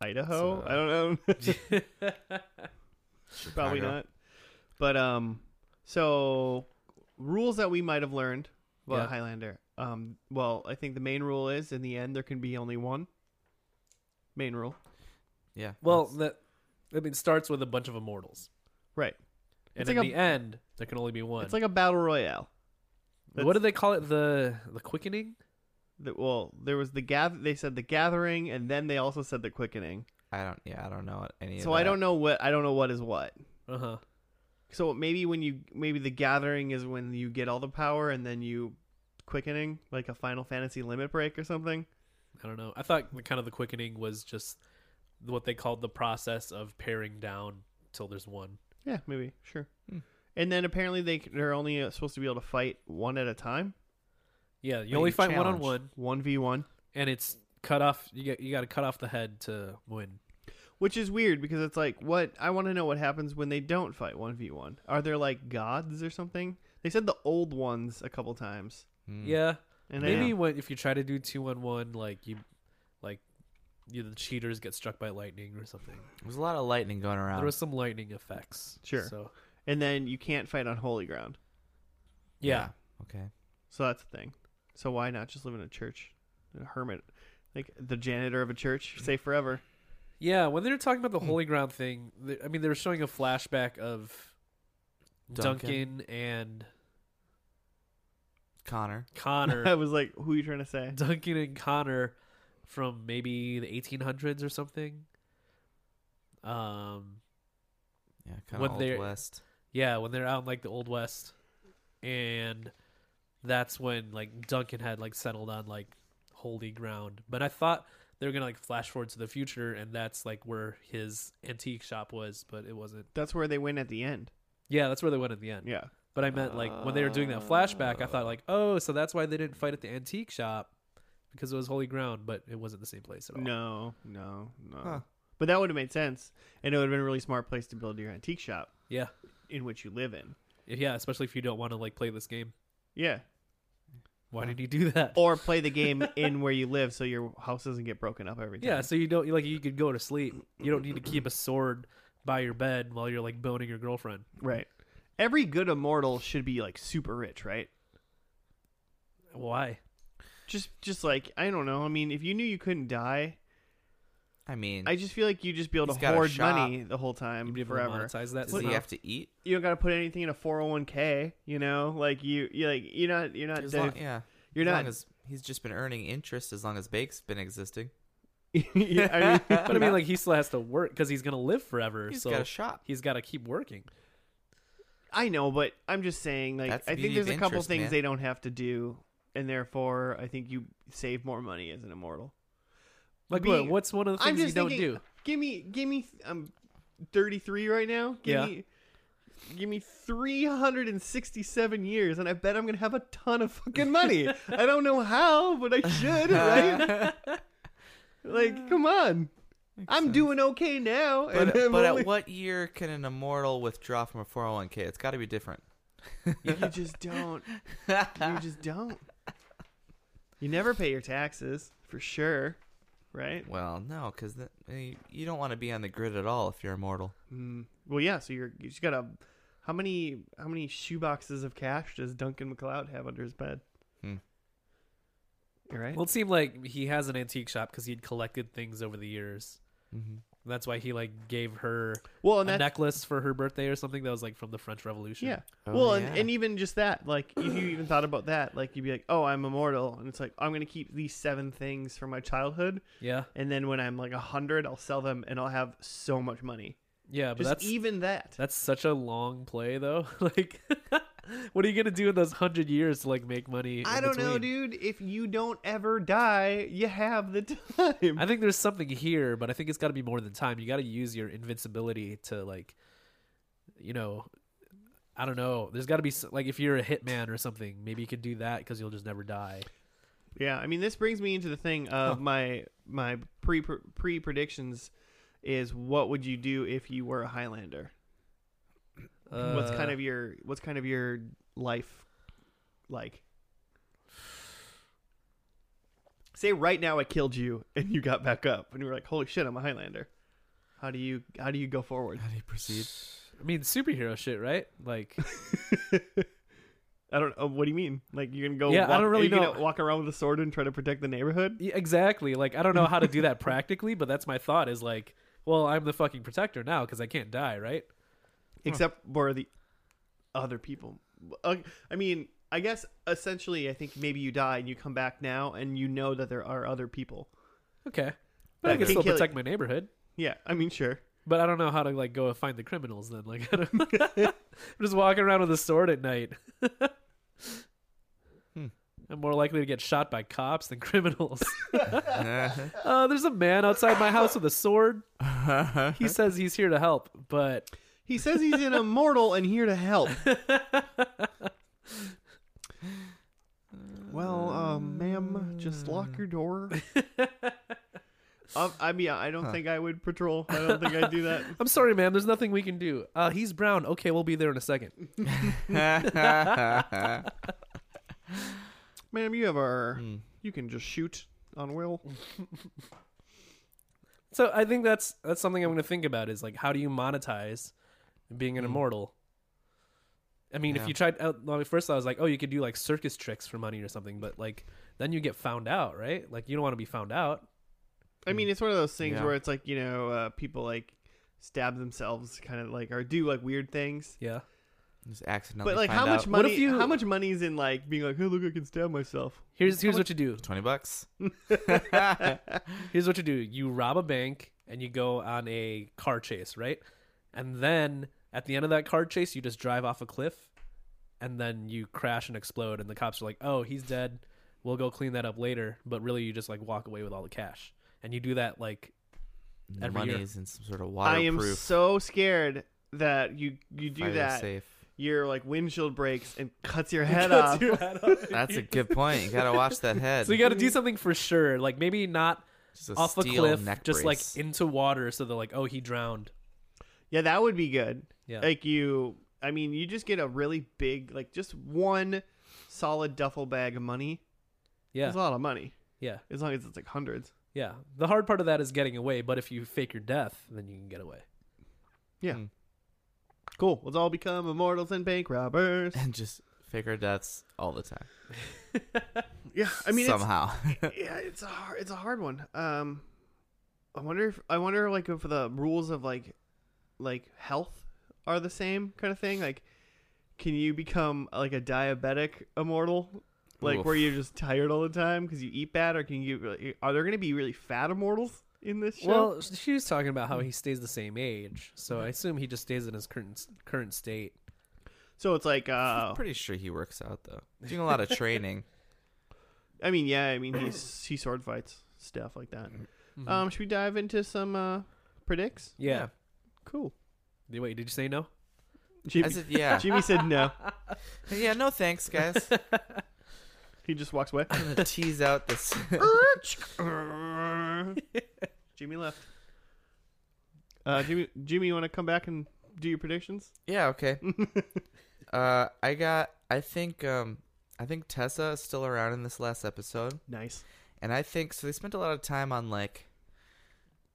Idaho.
It's, uh,
I don't know.
it
Probably
Chicago.
not. But um, so rules that we might have learned about
Yeah.
Highlander. Um, well, I think the main rule is in the end there can be only one. Main rule,
Yeah.
well
that's-
that i mean it starts with a bunch of immortals
right?
and
It's
in
like a-
the end there can only be one
It's like a battle royale.
what do they call it the the quickening
The, well, there was the gather. They said the gathering, and then they also said the quickening.
I don't. Yeah, I don't know what any.
so I don't know what I don't know what is what.
uh-huh
So maybe when you maybe the gathering is when you get all the power and then you quickening like a Final Fantasy limit break or something.
I don't know. I thought the- kind of the quickening was just what they called the process of paring down till there's one.
Yeah, maybe sure.
Hmm.
And then apparently they c- they're only uh, supposed to be able to fight one at a time,
Yeah, you
Like
only
a
fight one on
challenge.
one,
one v one,
and it's cut off. You get you got to cut off the head to win.
which is weird because it's like what I want to know what happens when they don't fight one v one. Are there like gods or something? They said the old ones a couple times,
Mm.
Yeah,
Hmm. and
maybe
I,
when if you try to do two on one, like you, like you, the cheaters get struck by lightning or something.
There's a lot of lightning going around.
There was some lightning effects.
Ah. Sure.
So
and then you can't fight on holy ground.
yeah,
Okay.
So that's the thing. So why not just live in a church, a hermit, like the janitor of a church, safe forever?
yeah. When they were talking about the holy ground thing, they, I mean, they were showing a flashback of
Duncan.
Duncan and
Connor.
Connor.
I was like, who are you trying to say?
Duncan and Connor from maybe the 1800s or something. Um,
Yeah, kind
When
of old
they're-
west.
yeah, when they're out in like the old west, and that's when like Duncan had like settled on like holy ground. But I thought they were gonna like flash forward to the future, and that's like where his antique shop was, but it wasn't.
That's where they win at the end.
Yeah, that's where they went at the end.
Yeah.
But I meant like when they were doing that flashback, I thought like, oh, so that's why they didn't fight at the antique shop because it was holy ground, but it wasn't the same place at all.
No, no, no.
Huh.
But that would have made sense, and it would have been a really smart place to build your antique shop
Yeah.
in which you live in.
yeah, especially if you don't want to like play this game.
Yeah.
Why did you do that?
Or play the game in where you live so your house doesn't get broken up every time.
Yeah, so you don't like you could go to sleep. You don't need to keep a sword by your bed while you're like boning your girlfriend.
Right. Every good immortal should be like super rich, right?
Why?
Just just like I don't know. I mean, if you knew you couldn't die,
I mean,
I just feel like you just be able
He's
to
got a
hoard
shop.
money the whole time
You'd be able to
forever.
monetize that.
does
somehow.
he have to eat?
You don't got to put anything in a 401k, you know? Like you you like you're not you're not
As
dead-
long- yeah,
you're
as
not
long as he's just been earning interest as long as Bake's been existing.
Yeah, I mean,
but I mean, like he still has to work because he's gonna live forever.
He's
so
got a shop.
he's got to keep working.
I know, but I'm just saying, like,
That's the
I think
beauty of
there's a couple
interest,
things
man.
they don't have to do, and therefore, I think you save more money as an immortal.
Like,
Being-
what, what's one of the
I'm
things you
just
don't
thinking,
do?
give me, give me, I'm 33 right now. Give
Yeah.
Me, give me 367 years, and I bet I'm gonna have a ton of fucking money. I don't know how, but I should, right? like, come on. I'm doing okay now,
But,
and
uh,
I'm
but
only-
at what year can an immortal withdraw from a 401k? It's got to be different.
you just don't. you just don't. You never pay your taxes for sure, right?
Well, no, because you don't want to be on the grid at all if you're immortal.
Mm. Well, yeah. So you're you just got a how many how many shoeboxes of cash does Duncan McLeod have under his bed?
Hmm.
You're right.
Well, it seemed like he has an antique shop because he'd collected things over the years.
Mm-hmm.
That's why he like gave her
Well,
a
and Oh, that
necklace for her birthday or something that was like from the French Revolution.
yeah.
Oh,
well, and,
yeah.
and even just that, like if you even thought about that, like you'd be like, oh, I'm immortal, and it's like I'm gonna keep these seven things from my childhood,
yeah,
and then when I'm like a hundred, I'll sell them and I'll have so much money.
yeah. But
just
that's
even that.
that's such a long play though. like, what are you gonna do in those hundred years to like make money? in
I don't know,
between?
dude. If you don't ever die, you have the time.
I think there's something here, but I think it's got to be more than time. You got to use your invincibility to like, you know, I don't know. There's got to be s- like if you're a hitman or something, maybe you could do that because you'll just never die.
yeah, I mean, this brings me into the thing of my my pre pre predictions is what would you do if you were a Highlander?
Uh,
what's kind of your what's kind of your life like? Say right now I killed you and you got back up and you were like, "Holy shit, I'm a Highlander." How do you how do you go forward?
How do you proceed?
I mean, superhero shit, right? Like,
I don't. Oh, what do you mean? Like you're gonna go?
Yeah, I
walk,
don't really
are you
know.
Gonna walk around with a sword and try to protect the neighborhood.
yeah, exactly. Like, I don't know how to do that practically, but that's my thought. Is like, well, I'm the fucking protector now because I can't die, right?
except for the other people. Uh, I mean, I guess essentially, I think maybe you die and you come back now, and you know that there are other people.
Okay, but I
That
can
could
still
kill
protect my neighborhood.
Yeah, I mean, sure.
But I don't know how to like go find the criminals then. Like, I don't I'm just walking around with a sword at night.
Hmm.
I'm more likely to get shot by cops than criminals. uh, there's a man outside my house with a sword. He says he's here to help, but
He says he's an immortal and here to help. well, uh, ma'am, just lock your door. um, I mean, I don't think I would patrol. I don't think I'd do that.
I'm sorry, ma'am. There's nothing we can do. Uh, he's brown. Okay, we'll be there in a second.
Hmm.
Ma'am, you have our.
Hmm.
You can just shoot on Will.
So I think that's that's something I'm going to think about is like how do you monetize being an immortal? I mean, if
Yeah.
you tried out well, at first, I was like, oh, you could do like circus tricks for money or something, but like then you get found out, right? Like you don't want to be found out.
I mean, it's one of those things
Yeah.
where it's like you know, uh, people like stab themselves, kind of like or do like weird things.
Yeah,
Just accidentally.
But like,
find
how much
out.
money?
What if you-
how much money is in like being like, hey, look, I can stab myself.
here's here's what you do.
Twenty bucks.
Here's what you do. You rob a bank and you go on a car chase, right? And then at the end of that car chase, you just drive off a cliff and then you crash and explode and the cops are like, "Oh, he's dead. We'll go clean that up later." But really you just like walk away with all the cash. And you do that like
The
Every
money
year.
is in some sort of
I am
waterproof.
so scared that you you do
fire
that,
Safe.
your like windshield breaks and cuts your head off.
That's a good point. You gotta watch that head.
So you got to do something for sure. Like maybe not
just a
off a
steel
cliff,
neck
just
brace.
like into water so they're like, "Oh, he drowned."
yeah, that would be good.
Yeah.
Like you, I mean, you just get a really big, like just one solid duffel bag of money.
Yeah,
It's a lot of money.
Yeah.
As long as it's like hundreds.
yeah. The hard part of that is getting away, but if you fake your death, then you can get away.
Hmm.
Cool. Let's all become immortals and bank robbers.
and just fake our deaths all the time.
Yeah, I mean, it's,
somehow.
yeah, it's a hard, it's a hard one. Um, I wonder if I wonder like if the rules of like, like health are the same kind of thing. Like, can you become like a diabetic immortal, like where
Oof.
you're just tired all the time because you eat bad, or can you? really- Are there going to be really fat immortals in this show?
Well, she was talking about how he stays the same age, so I assume he just stays in his current current state.
so it's like, uh,
I'm pretty sure he works out though. Doing a lot of training.
I mean, yeah, I mean, he's he sword fights stuff like that. Um, should we dive into some uh predicts?
yeah.
Mm-hmm. yeah.
Cool.
Did- Wait, did you say no?
Jimmy,
I said, yeah,
Jimmy said no.
yeah. No thanks, guys.
He just walks away.
I'm gonna tease out this.
Jimmy left. Uh, Jimmy, Jimmy, you want to come back and do your predictions?
yeah. Okay. Uh, I got. I think. Um, I think Tessa is still around in this last episode.
nice.
and I think so. They spent a lot of time on like,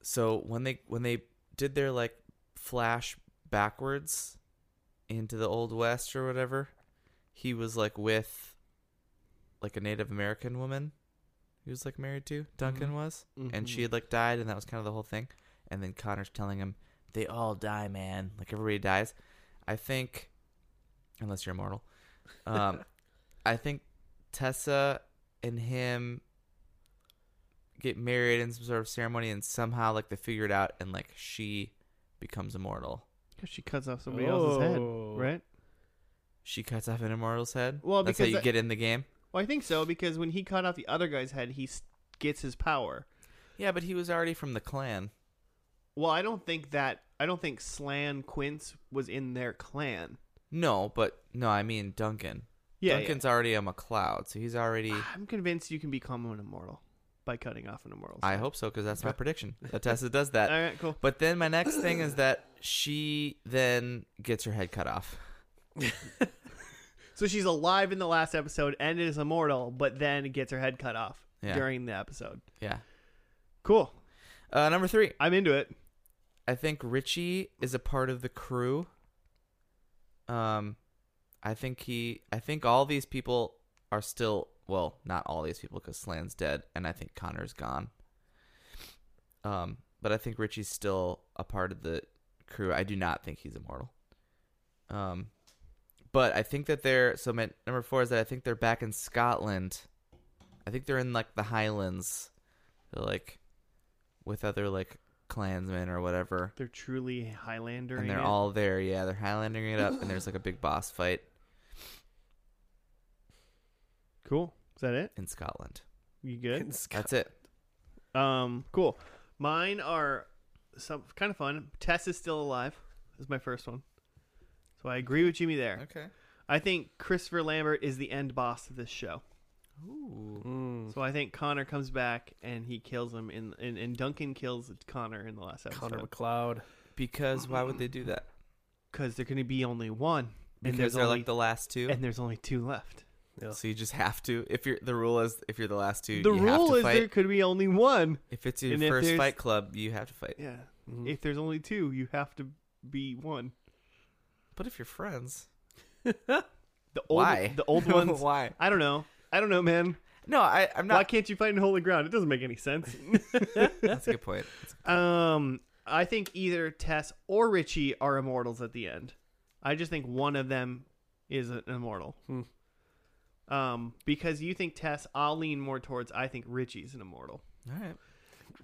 so when they when they did their like flash backwards into the old west or whatever, he was like with like a Native American woman. He was like married to Duncan
Mhm.
was, and
Mm-hmm.
she had like died, and that was kind of the whole thing. And then Connor's telling him they all die, man. Like everybody dies. I think, unless you're immortal, um, I think Tessa and him get married in some sort of ceremony, and somehow like they figure it out, and like she becomes immortal.
she cuts off somebody else's head,
Oh.
right?
She cuts off an immortal's head.
Well,
that's how
because
you
that-
get in the game.
Well, I think so because when he cut off the other guy's head, he s- gets his power.
Yeah, but he was already from the clan.
Well, I don't think that. I don't think Slan Quince was in their clan.
No, but no, I mean Duncan.
Yeah,
Duncan's already on McLeod, so he's already.
yeah. I'm convinced you can become an immortal by cutting off an immortal.
I hope so, because that's my
Okay.
prediction. That Tessa does that.
All right, cool.
But then my next thing is that she then gets her head cut off.
So she's alive in the last episode and is immortal, but then gets her head cut off
Yeah.
during the episode.
Yeah.
Cool.
Uh, number three,
I'm into it.
I think Richie is a part of the crew. Um, I think he, I think all these people are still, well, not all these people because Slan's dead and I think Connor's gone. Um, but I think Richie's still a part of the crew. I do not think he's immortal. Um, but I think that they're, so my, number four is that I think they're back in Scotland. I think they're in like the Highlands. They're like with other like clansmen or whatever
They're truly Highlander.
and they're all there. Yeah, they're highlandering it up, and there's like a big boss fight
cool. Is that it?
in Scotland.
You good?
That's it.
Um, cool. Mine are some kind of fun. Tess is still alive. Is my first one. So I agree with Jimmy there.
Okay.
I think Christopher Lambert is the end boss of this show.
Ooh.
Mm.
So I think Connor comes back and he kills him in and, and Duncan kills Connor in the last episode.
Connor McLeod.
Because why would they do that?
because there can be only one, and
Because
there's
they're
only
like the last two.
and there's only two left.
Yeah.
so you just have to. If you're the rule is if you're the last two,
the
you have
rule
to
is
fight.
there could be only one.
If it's your
and if
first
there's-
fight club, you have to fight.
Yeah.
Mhm.
If there's only two, you have to be one.
But if you're friends,
The old,
why
The old ones.
why?
I don't know. I don't know, man.
No, I, I'm
Why
not.
can't you fight in holy ground? It doesn't make any sense.
That's a good point. That's a-
um, I think either Tess or Richie are immortals at the end. I just think one of them is an immortal.
Hmm.
Um, because you think Tess, I'll lean more towards I think Richie's an immortal.
All right.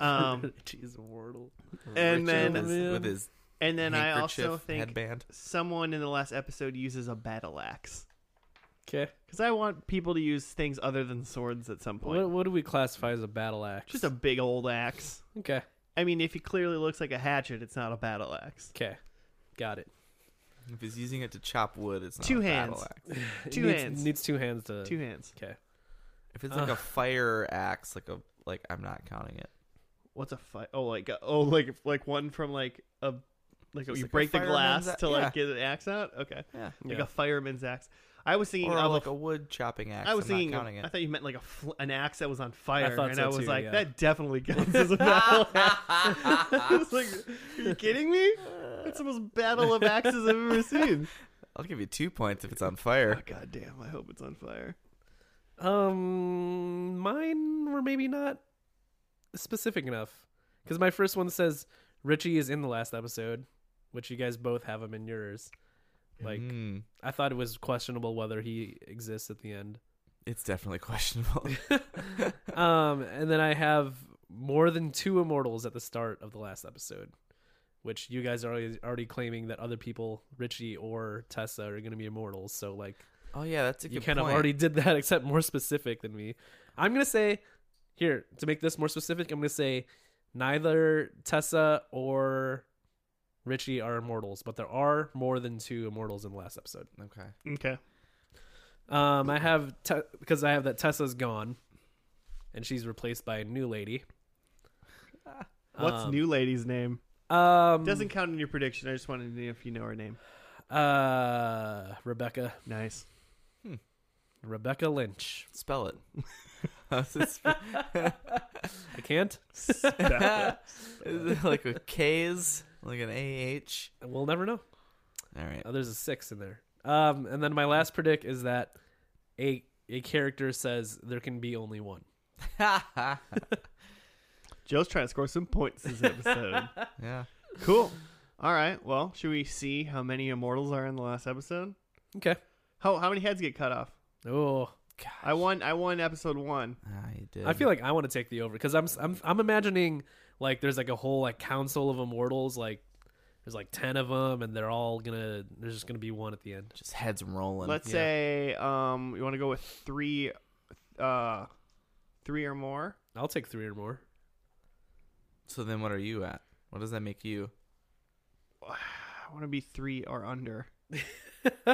Um,
Jeez, Wardle.
And
Richard
then-
with his, with his
and then I
handkerchief
also think
headband.
someone in the last episode uses a battle axe
Okay.
because I want people to use things other than swords at some point.
What, what do we classify as a battle axe?
Just a big old axe.
okay.
I mean, if he clearly looks like a hatchet, it's not a battle axe.
Okay. Got it.
If he's using it to chop wood, it's not
Two
a battle
hands.
axe.
It
Two
needs,
hands.
Needs two hands
Uh,
to.
Two hands.
Okay.
If it's like
Uh.
a fire axe, like a like I'm not counting it.
uh, What's a fight? Oh, like oh, like like one from like a Like
Just
you
like a
break the
fireman's
glass
a-
to like
yeah.
get an axe out. Okay,
Yeah.
like
Yeah.
a fireman's axe. I was thinking
Or
of
like
a,
a wood chopping axe.
I was
I'm
thinking.
not
of-
counting it.
I thought you meant like a fl- an axe that was on fire,
thought
and
so
I was
too,
like,
yeah.
that definitely counts as a battle axe. I was like, are you kidding me? That's the most battle of axes I've ever seen.
I'll give you two points if it's on
Oh,
fire.
God damn! I hope it's on fire.
Um, mine were maybe not specific enough because my first one says Richie is in the last episode, which you guys both have him in yours. Like,
Mm,
I thought it was questionable whether he exists at the end.
it's definitely questionable.
Um, and then I have more than two immortals at the start of the last episode, which you guys are already, already claiming that other people, Richie or Tessa, are going to be immortals. So like,
oh yeah, that's a
you
good
kind
point.
of already did that, except more specific than me. I'm gonna say here to make this more specific. I'm gonna say neither Tessa or Richie are immortals, but there are more than two immortals in the last episode.
Okay.
Okay.
Um, I have te- because I have that Tessa's gone, and she's replaced by a new lady.
What's
Um,
new lady's name?
Um,
Doesn't count in your prediction. I just wanted to know if you know her name.
uh Rebecca
Nice.
Rebecca Lynch?
Spell it. How's it spe-
I can't.
Is it like with K's, like an AH.
We'll never know.
All right.
Oh, there's a six in there. Um, and then my last predict is that a a character says there can be only one.
Joe's trying to score some points this episode.
yeah.
cool. All right. Well, should we see how many immortals are in the last episode?
Okay.
How how many heads get cut off?
Oh,
I won. I won episode one.
Ah, you did.
I feel like I want to take the over because I'm I'm I'm imagining like there's like a whole like council of immortals like there's like ten of them and they're all gonna there's just gonna be one at the end.
just heads rolling.
Let's
yeah.
say um, you want to go with three, uh, three or more.
I'll take three or more.
so then, what are you at? What does that make you?
I want to be three or under.
Then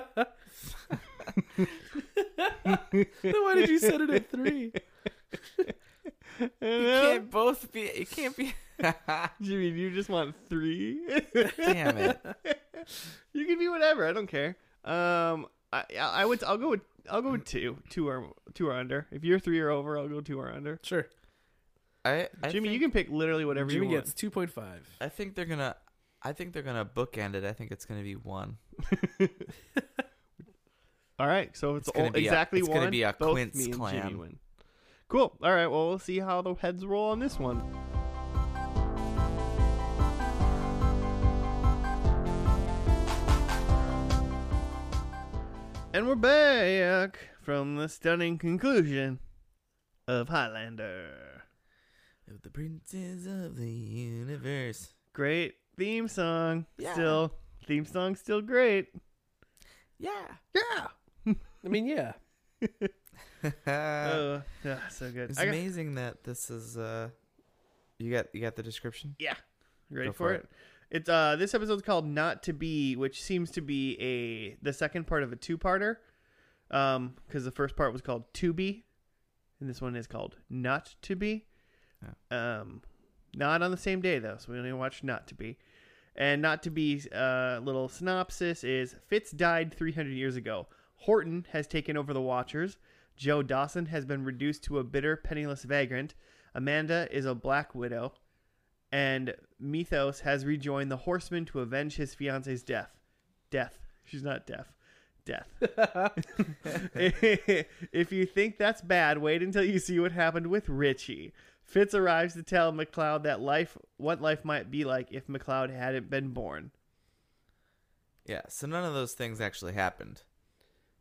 why did you set it at three?
You can't both be. You can't be.
Jimmy, you just want three?
Damn it.
you can be whatever. I don't care. Um, I I I would I'll go with I'll go with two, two or two or under. If you're three or over, I'll go two or under.
Sure.
I, I
Jimmy,
think,
you can pick literally whatever
Jimmy
you want.
gets two point five.
I think they're gonna. I think they're gonna bookend it. I think it's gonna be one.
All right, so it's,
It's gonna
all-
be a-
exactly
it's
one.
gonna be a
both
quince
me and
clan.
Jimmy win. Cool. All right. Well, we'll see how the heads roll on this one. And we're back from the stunning conclusion of Highlander.
Of the princes of the universe.
Great theme song.
Yeah.
Still, theme song still great.
Yeah.
Yeah.
I mean, yeah.
oh, yeah, so good.
it's
I got-
amazing that this is. uh You got you got the description.
You ready
Go
for,
for
it? It's uh this episode's called Not to Be, which seems to be a the second part of a two-parter. Um cuz the first part was called To Be and this one is called Not to Be. Um not on the same day though, so we only watched Not to Be. And Not to Be's uh, little synopsis is Fitz died 300 years ago. Horton has taken over the Watchers. Joe Dawson has been reduced to a bitter, penniless vagrant. Amanda is a black widow and Mythos has rejoined the horseman to avenge his fiance's death. Death. She's not deaf. Death. if you think that's bad, wait until you see what happened with Richie. Fitz arrives to tell McLeod that life what life might be like if McLeod hadn't been born.
Yeah. So none of those things actually happened.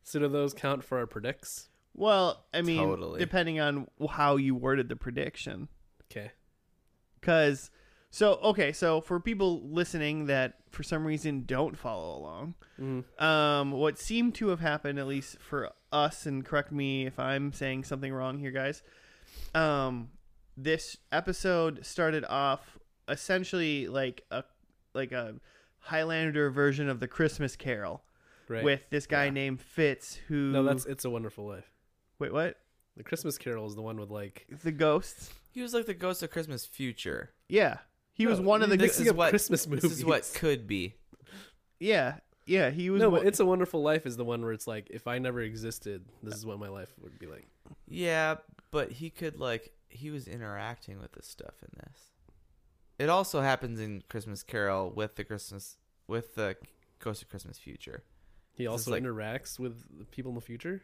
So do those count for our predicts?
Well, I mean,
Totally.
depending on how you worded the prediction.
Okay.
Because, so, okay, so for people listening that for some reason don't follow along,
Mm-hmm.
um, what seemed to have happened, at least for us, and correct me if I'm saying something wrong here, guys, um, this episode started off essentially like a like a Highlander version of the Christmas Carol
Right.
with this guy named Fitz who
no, that's It's a Wonderful Life.
wait what
The Christmas Carol is the one with like
the ghosts
He was like the ghost of Christmas future.
yeah He was
No,
one of the.
you're
Good,
This
mixing
is
up
what-
Christmas movies.
This is what could be.
yeah, yeah. He was.
no,
one-
but It's a Wonderful Life is the one where it's like, if I never existed, this is what my life would be like.
Yeah, but he could like he was interacting with this stuff in this. It also happens in Christmas Carol with the Christmas with the Ghost of Christmas Future.
He
This is
also
like-
interacts with the people in the future.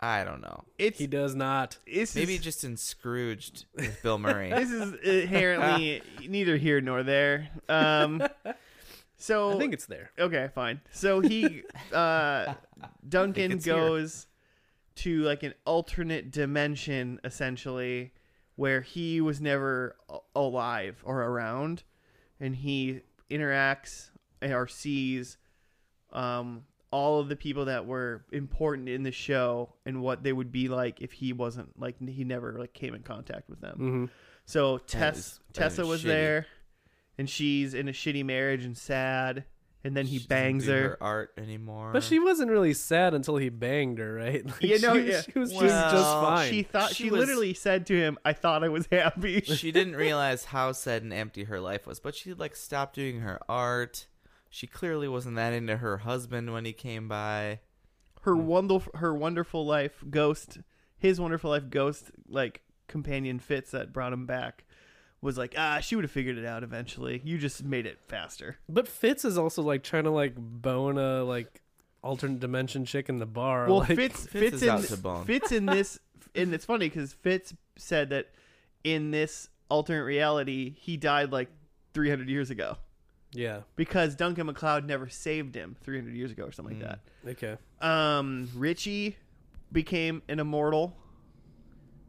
I don't know.
it's
He does not.
this
Maybe
is,
just in Scrooged with Bill Murray.
this is inherently neither here nor there. Um, so
I think it's there.
Okay, fine. So he uh Duncan
it's here.
goes to like an alternate dimension essentially where he was never a- alive or around and he interacts or sees um all of the people that were important in the show and what they would be like if he wasn't like he never like came in contact with them.
Mm-hmm.
So Tess
is- that
Tessa
is
was
shitty.
there, and she's in a shitty marriage and sad. And then he
She doesn't
bangs
do
her.
art anymore.
But she wasn't really sad until he banged her, right? Like,
Yeah, no,
she,
yeah.
she was just,
Well,
just fine.
She thought she,
She was-
literally said to him, "I thought I was happy."
she didn't realize how sad and empty her life was, but she like stopped doing her art. She clearly wasn't that into her husband when he came by.
Her wonderful, her wonderful life ghost, his wonderful life ghost, like companion Fitz that brought him back, was like, "Ah, she would have figured it out eventually. You just made it faster."
But Fitz is also like trying to like bone a like alternate dimension chick in the bar.
Well,
like,
Fitz,
Fitz
Fitz,
is out to
in,
bone.
Fitz in this, and it's funny because Fitz said that in this alternate reality, he died like 300 years ago
yeah,
because Duncan McLeod never saved him 300 years ago or something like
okay.
that. Um, Richie became an immortal.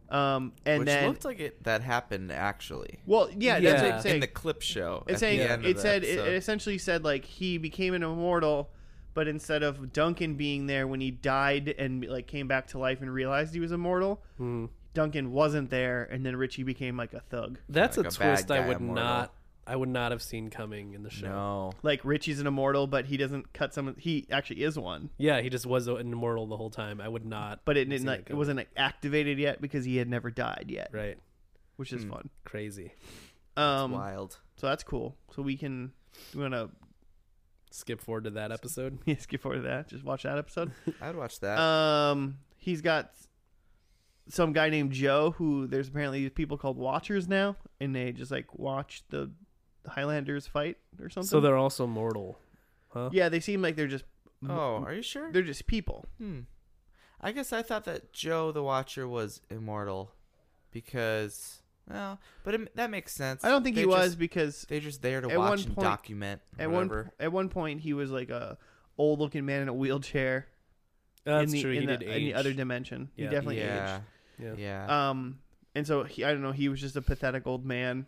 Um, and
which
then,
looked like it that happened actually.
well, yeah, that's what
Yeah.
I'm
in
saying.
the clip show.
It's
at
saying
the end of
it
the
said it,
episode.
it essentially said like he became an immortal, but instead of Duncan being there when he died and like came back to life and realized he was immortal,
Hmm.
Duncan wasn't there, and then Richie became like a thug.
That's
Like
a,
a bad
twist I
guy
would
immortal.
not, I would not have seen coming in the show.
no.
Like Richie's an immortal, but he doesn't cut someone. He actually is one,
Yeah, he just was an immortal the whole time. I would not.
but it
have
didn't
seen
like it
coming.
wasn't like, activated yet because he had never died yet,
right.
which is
Hmm.
fun.
Crazy.
Um,
wild.
so that's cool. So we can we wanna
Skip forward to that episode.
skip forward to that. Just watch that episode.
I'd watch that.
Um, he's got some guy named Joe who there's apparently these people called Watchers now, and they just like watch the Highlanders fight or something.
So they're also mortal.
yeah, they seem like they're just
oh, are you sure?
they're just people.
Hmm. I guess I thought that Joe the Watcher was immortal because well, but it, that makes sense.
I don't think
They
he was
just-
because
They're just there to
At
watch
one
and
point-
document.
at
whatever.
one at one point he was like a old looking man in a wheelchair
That's
in the
true.
in,
he
the,
did
in the
age.
other dimension. He
Yeah.
definitely
yeah,
Yeah.
yeah.
aged. Um, and so he, I don't know. He was just a pathetic old man,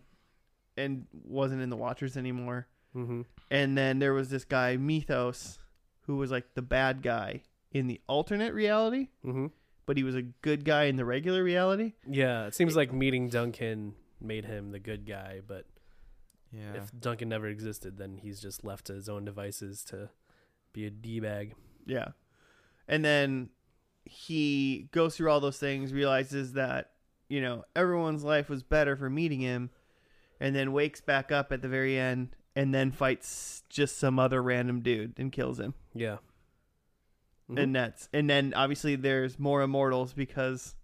and wasn't in the Watchers anymore.
hmm
And then there was this guy, Mythos, who was like the bad guy in the alternate reality,
hmm
but he was a good guy in the regular reality.
Yeah. It seems like meeting Duncan made him the good guy, but
yeah.
if Duncan never existed, then he's just left to his own devices to be a d bag.
Yeah. And then he goes through all those things, realizes that, you know, everyone's life was better for meeting him, and then wakes back up at the very end and then fights just some other random dude and kills him.
Yeah. Mhm.
And that's and then obviously there's more immortals because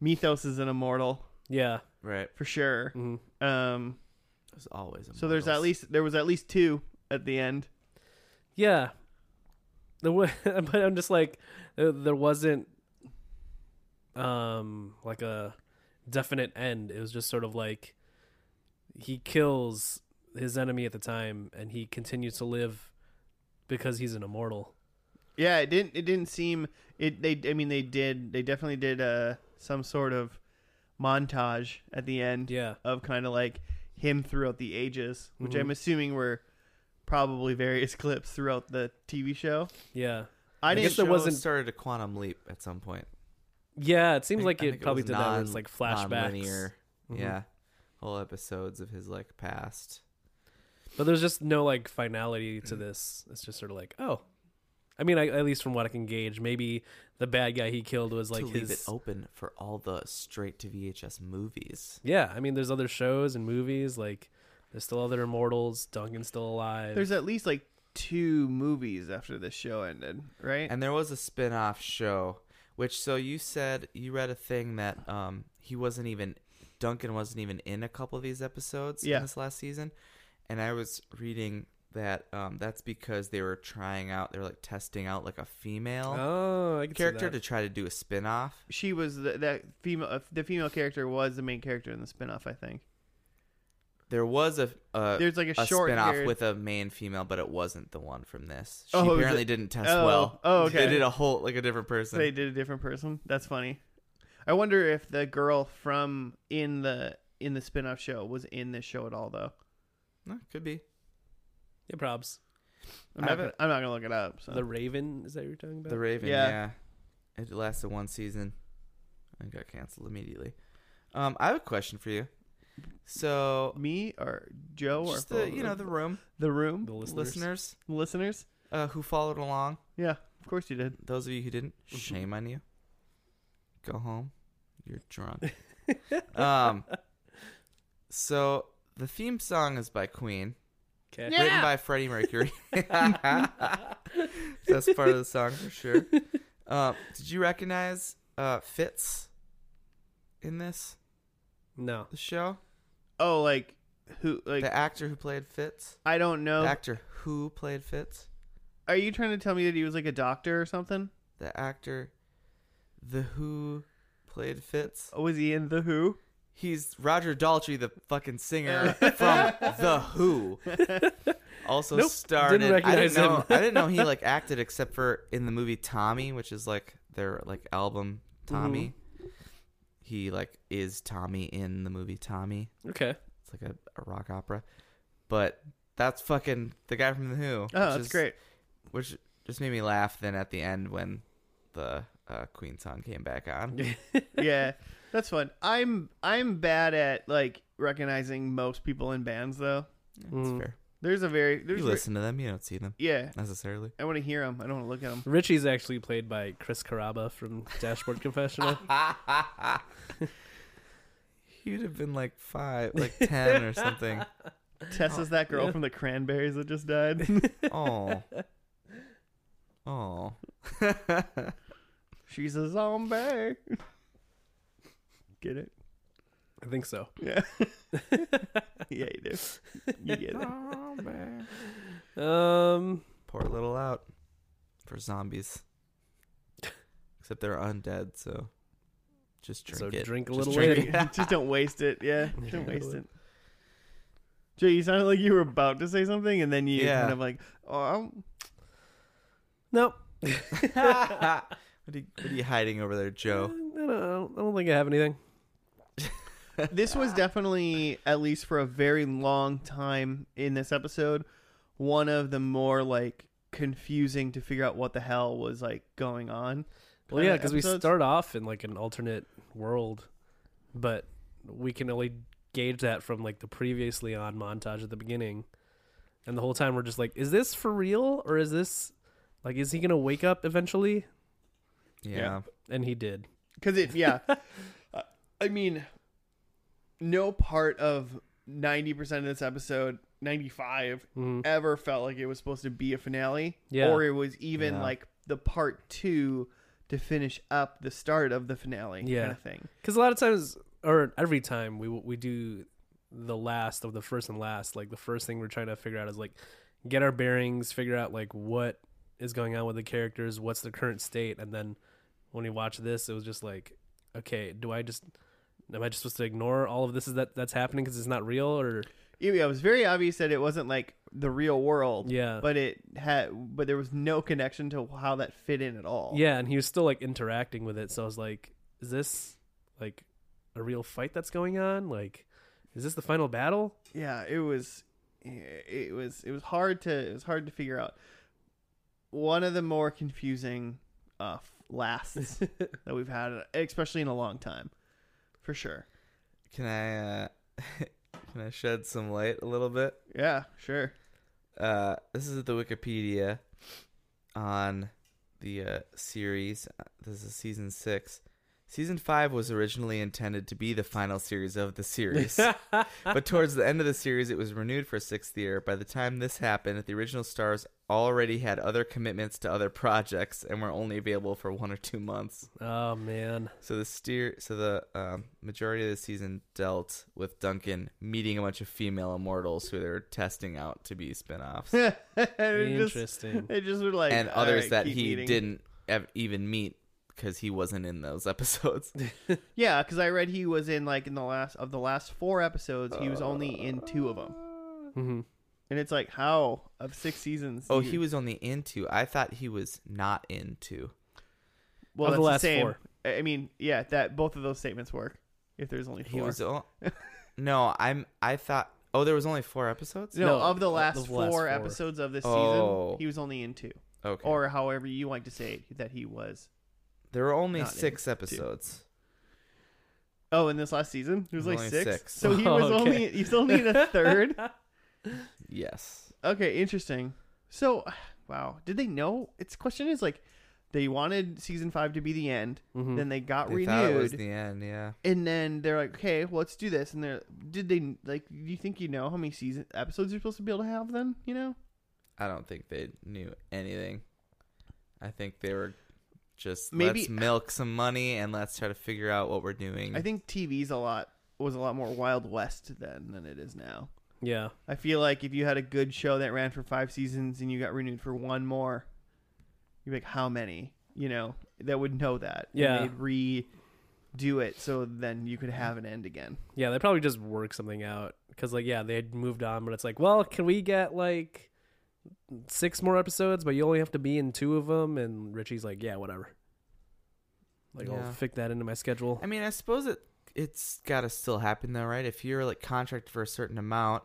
Mythos is an immortal
yeah.
right.
for sure.
Mhm.
Um,
There's always immortals.
so there's at least there was at least two at the end.
Yeah. The wa- but I'm just like there, there wasn't um like a definite end. It was just sort of like he kills his enemy at the time and he continues to live because he's an immortal.
Yeah, it didn't it didn't seem it they I mean they did they definitely did uh some sort of montage at the end
Yeah.
of kind of like him throughout the ages, which
Mm-hmm.
Mhm.
I'm assuming were probably various clips throughout the TV show.
Yeah.
I,
I,
didn't
guess there
show
wasn't-
started a quantum leap at some point.
Yeah, it seems
think-
like
I
it
think it
probably
was
did that where it's
non-
like flashbacks.
nonlinear.
Mm-hmm.
Mhm.
Yeah, whole episodes of his like past.
But there's just no like finality
Mm.
to this. It's just sort of like, oh. I mean, I, at least from what I can gauge, maybe the bad guy he killed was like
to leave
his
it open for all the straight to VHS movies.
Yeah, I mean, there's other shows and movies like There's still other immortals. Duncan's still alive.
There's at least like two movies after this show ended, right?
And there was a spin-off show which so you said you read a thing that um he wasn't even Duncan wasn't even in a couple of these episodes
Yeah.
in this last season. And I was reading that um that's because they were trying out they were like testing out like a female
oh, I can see
character
that.
to try to do a spin-off.
she was the, that female. Uh, the female character was the main character in the spinoff, I think.
There was a a,
There's like a,
a
short
spin-off
hair-
with a main female, but it wasn't the one from this. She
Oh, it was
apparently
a-
didn't test
oh,
well.
oh, okay.
They did a whole like a different person.
They did a different person. That's funny. I wonder if the girl from in the in the spinoff show was in this show at all, though.
No, could be.
yeah, probs.
I'm
I
not,
haven't-
gonna, I'm not gonna look it up. So.
The Raven is that what you're talking about?
The Raven,
Yeah.
yeah. It lasted one season and got canceled immediately. Um, I have a question for you. So,
me or Joe
just
or
the, you know, the room
the room
The
listeners,
listeners.
listeners.
uh, who followed along,
Yeah, of course you did.
those of you who didn't, shame on you. Go home. You're drunk. um, so, the theme song is by Queen,
Okay.
written by Freddie Mercury. That's part of the song for sure. Uh, did you recognize uh, Fitz in this?
No.
the show?
Oh, like who? Like
the actor who played Fitz?
I don't know.
Oh.
The actor who played Fitz?
Are you trying to tell me that he was like a doctor or something?
The actor the who played Fitz?
Oh, Was he in the Who?
He's Roger Daltrey, the fucking singer from The Who. Also
Uh. Nope,
started
didn't recognize
I didn't know
him.
I didn't know he like acted except for in the movie Tommy, which is like their like album Tommy.
Mm-hmm.
He like is Tommy in the movie Tommy.
Okay.
It's like a, a rock opera. But that's fucking the guy from The Who.
Oh, that's great.
which just made me laugh then at the end when the uh, queen song came back on
yeah, that's fun. I'm I'm bad at like recognizing most people in bands though.
Yeah, that's
Mm.
fair
There's a very
you
there's ver-
listen to them you don't see them
yeah.
necessarily
I want to hear them. I don't want to look at them.
Richie's actually played by Chris Caraba from Dashboard Confessional.
you'd have been like five like ten or something
Tessa's that girl
yeah.
from the Cranberries that just died.
oh oh
She's a zombie. Get it?
I think so.
Yeah. yeah, you do. You get it.
Um.
pour a little out for zombies except they're undead so just drink
So
it
drink a
Just
little
drink
later.
it.
Just don't waste it. Yeah, don't
Yeah.
waste it. Jay, you sounded like you were about to say something, and then you
Yeah.
kind of like, oh, I'm-
Nope.
what, are you, what are you hiding over there,
I
Joe?
don't, I don't- I don't think I have anything.
this was definitely, at least for a very long time in this episode, one of the more like confusing to figure out what the hell was like going on.
Well,
kinda
yeah, because
Uh,
we
episodes.
start off in like an alternate world, but we can only gauge that from like the previously on montage at the beginning, and the whole time we're just like, is this for real or is this like, is he gonna wake up eventually?
Yeah.
And he did.
Because it, yeah. Uh, I mean, no part of 90% of this episode, 95,
Mhm.
ever felt like it was supposed to be a finale.
Yeah.
Or it was even
Yeah.
like the part two to finish up the start of the finale
Yeah.
kind of thing.
Because a lot of times, or every time, we we do the last of the first and last. Like the first thing we're trying to figure out is like get our bearings, figure out like what is going on with the characters, what's the current state, and then when we watch this, it was just like, okay, do I just am I just supposed to ignore all of this is that that's happening because it's not real or
It, yeah, it was very obvious that it wasn't like the real world.
yeah
But it had, but there was no connection to how that fit in at all.
yeah, and he was still like interacting with it, so I was like, is this like a real fight that's going on? Like, is this the final battle?
yeah it was eh, it was it was hard to it was hard to figure out one of the more confusing uh lasts that we've had especially in a long time for sure
Can I uh, can I shed some light a little bit?
yeah sure
Uh, this is the Wikipedia on the uh, series. This is season six. Season 5 was originally intended to be the final series of the series, but towards the end of the series, it was renewed for a sixth year. By the time this happened, the original stars already had other commitments to other projects and were only available for one or two months.
oh man.
So the steer, so the um, majority of the season dealt with Duncan meeting a bunch of female immortals who they were testing out to be spin-offs
it just,
Interesting.
it just were like
and
all
others
right,
that
keep
he
eating.
didn't ev- even meet because he wasn't in those episodes.
Yeah, because I read he was in like in the last of the last four episodes, he was only in two of them,
hmm
and it's like how of six seasons.
Oh,
you-
he was only in two. I thought he was not in two.
well.
Of the
that's
last
same.
four.
I I mean, yeah, that both of those statements work. If there's only four,
He was. uh, o- no, I'm. I thought. Oh, there was only four episodes.
no,
No,
of the
of
last,
the last
four,
four.
episodes of this
Oh.
season, he was only in two,
Okay.
or however you like to say it, that he was.
there were only
not in
six episodes.
Oh, in this last season, he was
Only
like six.
six.
So he was
Okay.
only he's only in a third.
Yes.
Okay, interesting. So, wow, did they know? Its question is like, they wanted season five to be the end.
Mhm.
Then they got
They thought it was
renewed,
the end. Yeah.
and then they're like, "Okay, well, let's do this." And they're, did they like? Do you think you know how many season episodes you're supposed to be able to have? Then you know,
I don't think they knew anything. I think they were just
Maybe-
let's milk some money and let's try to figure out what we're doing.
I think TV's a lot was a lot more Wild West then than it is now.
Yeah.
I feel like if you had a good show that ran for five seasons and you got renewed for one more, you'd be like, how many? You know, that would know that. And
Yeah.
they'd redo it so then you could have an end again.
Yeah, they probably just work something out because, like, yeah, they had moved on, but it's like, well, can we get like six more episodes? But you only have to be in two of them. And Richie's like, yeah, whatever. Like,
Yeah.
I'll fit that into my schedule.
I mean, I suppose it it's got to still happen though, right? If you're like contracted for a certain amount,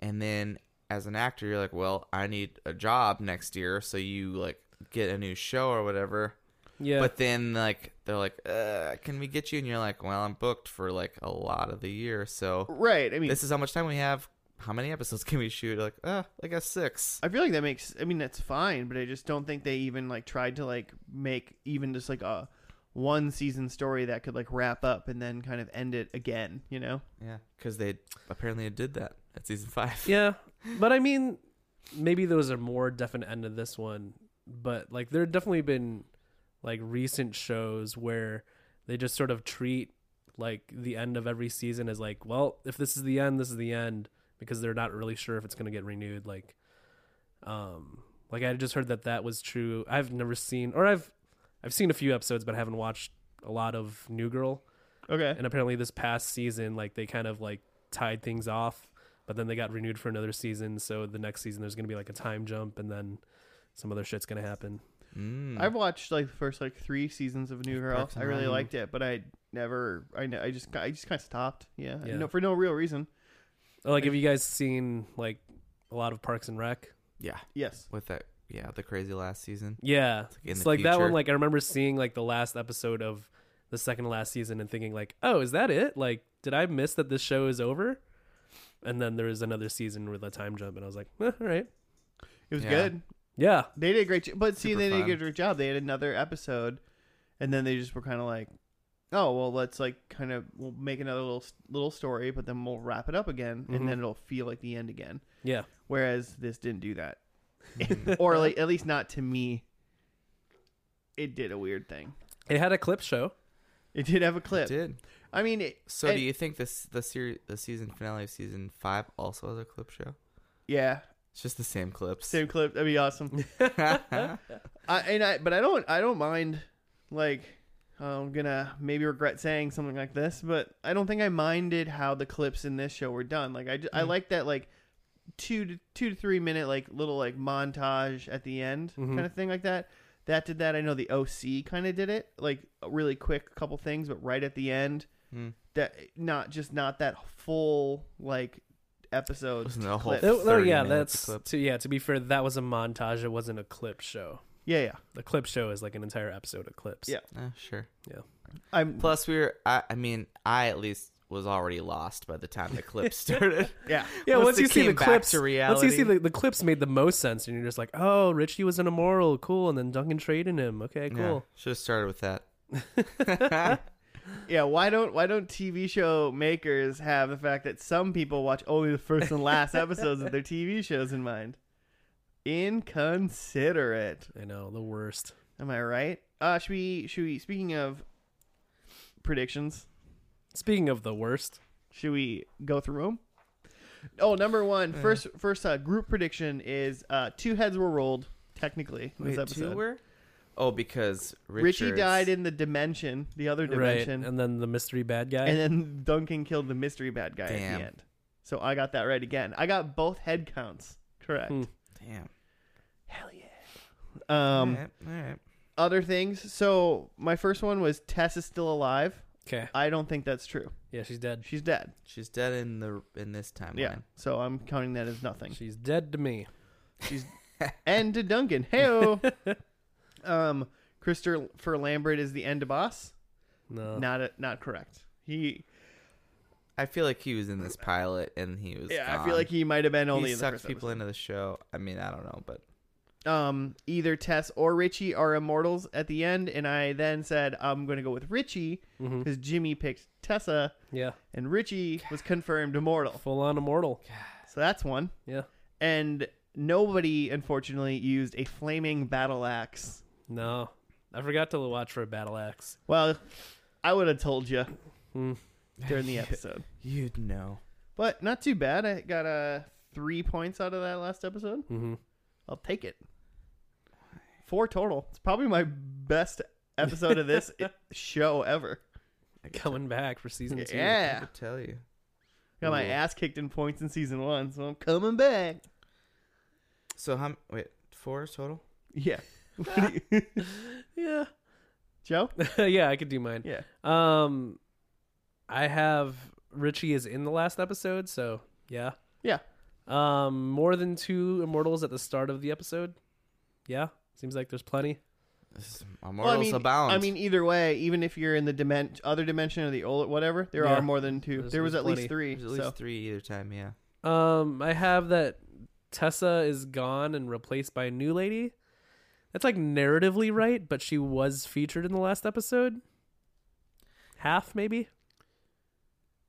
and then as an actor, you're like, well, I need a job next year, so you like get a new show or whatever.
Yeah,
But then like they're like, uh, can we get you? And you're like, well, I'm booked for like a lot of the year, so
Right. I mean,
this is how much time we have. How many episodes can we shoot? Like, uh, I guess six.
I feel like that makes, I mean, that's fine, but I just don't think they even like tried to like make even just like a one season story that could like wrap up and then kind of end it again, you know?
Yeah, because they apparently did that at season five.
yeah, but I mean, maybe those are more definite end of this one. But like, there have definitely been like recent shows where they just sort of treat like the end of every season as like, well, if this is the end, this is the end because they're not really sure if it's going to get renewed. Like, um, like I just heard that that was true. I've never seen, or I've, I've seen a few episodes, but I haven't watched a lot of New Girl.
Okay.
and apparently this past season like they kind of like tied things off but then they got renewed for another season so the next season there's going to be like a time jump and then some other shit's going to happen
Mm.
I've watched like the first like three seasons of New Girl.
Parks
I
and
really
Rec.
liked it, but I never. I ne- I just I just kind of stopped. Yeah,
Yeah.
No, for no real reason.
like have you guys seen like a lot of parks and rec
yeah,
Yes.
with that, yeah, the crazy last season.
yeah
like in
it's
the
like that one
future.
like i remember seeing like the last episode of the second to last season and thinking like oh is that it like did i miss that this show is over and then there was another season with a time jump and i was like eh, all right
It was
Yeah.
good.
yeah
They did a great. jo- But see,
Super
they
fun.
did a great job. They had another episode, and then they just were kind of like, oh well, let's like kind of we'll make another little s- little story, but then we'll wrap it up again,
Mhm.
Mm-hmm.
and then it'll feel like the end again.
yeah
Whereas this didn't do that,
Hmm.
or like at least not to me. It did a weird thing.
it had a clip show
It did have a clip.
did.
I mean, it,
So
and-
do you think this the series the season finale of season five also has a clip show?
yeah,
It's just the same clips. Hmm,
same clip. That'd be awesome. I and I but I don't I don't mind like I'm gonna maybe regret saying something like this, but I don't think I minded how the clips in this show were done. Like I, ju- I
Mm.
like that like two to two to three minute like little like montage at the end
Mhm.
kind of thing like that. That did that. I know the OC kind of did it like a really quick couple things, but right at the end
Hmm.
that not just not that full like episode.
Wasn't it a whole
clip.
Oh, oh
30
yeah,
minutes
that's
a clip.
to, yeah. To be fair, that was a montage. It wasn't a clip show.
Yeah, yeah,
The clip show is like an entire episode of clips.
Yeah.
Eh, sure.
I'm
Plus, we were. I, I mean, I at least was already lost by the time the clips started.
yeah.
Yeah,
Once
once,
they
you see the
came back
clips,
to
once you
reality.
see the, the clips made the most sense, and you're just like, oh, Richie was an immoral, cool, and then Duncan trading him. Okay, cool.
Should have started with that.
yeah, why don't why don't TV show makers have the fact that some people watch only the first and last episodes of their TV shows in mind? Inconsiderate.
I know the worst.
Am I right? Uh, should we should we speaking of predictions,
Speaking of the worst,
should we go through them? Oh, number one, first first uh, group prediction is uh, two heads were rolled technically in this
Wait,
episode.
two were? Oh, because
Richie
Richards-
died in the dimension, the other dimension,
right? And then the mystery bad guy.
and then Duncan killed the mystery bad guy at
Damn.
the end. So I got that right again. I got both head counts correct.
Hmm.
Damn.
Hell yeah. Um,
all right, all right.
other things. So my first one was Tess is still alive.
okay,
I don't think that's true.
yeah, she's dead.
She's dead.
She's dead in the in this timeline.
Yeah. So I'm counting that as nothing.
She's dead to me.
and to Duncan, heyo. um, Christopher Lambert is the end boss.
No,
Not a, not correct. He.
I feel like he was in this pilot and he was.
Yeah, I
gone.
feel like he might have been only
he
in the
sucked
first
people
episode.
into the show. I mean, I don't know, but
um, either Tess or Richie are immortals at the end, and I then said I'm going to go with Richie
Mhm.
because Jimmy picked Tessa,
yeah,
and Richie was confirmed immortal.
full on immortal.
So that's one.
Yeah,
And nobody, unfortunately, used a flaming battle axe.
no, I forgot to watch for a battle axe.
Well, I would have told you
Hmm.
during the episode,
you'd know.
but not too bad. I got uh, three points out of that last episode.
Mm-hmm.
I'll take it. Four total. It's probably my best episode of this show ever.
Coming back for season two.
Yeah.
I could tell you.
Got my
Ooh.
ass kicked in points in season one, so I'm coming back.
So how? m- Wait, four total.
Yeah. What do you-
yeah,
Joe?
yeah, I could do mine.
Yeah.
Um, I have Richie is in the last episode, so yeah,
Yeah.
Um, more than two immortals at the start of the episode. Yeah, seems like there's plenty.
This is
Well,
Immortals
I mean,
abound.
I mean, either way, even if you're in the dimen- other dimension or the old whatever, there
Yeah.
are more than two.
There's-
there was
there's
at least
plenty.
three.
there's at least
so.
three either time. Yeah.
Um, I have that Tessa is gone and replaced by a new lady. That's like narratively right, but she was featured in the last episode. Half maybe.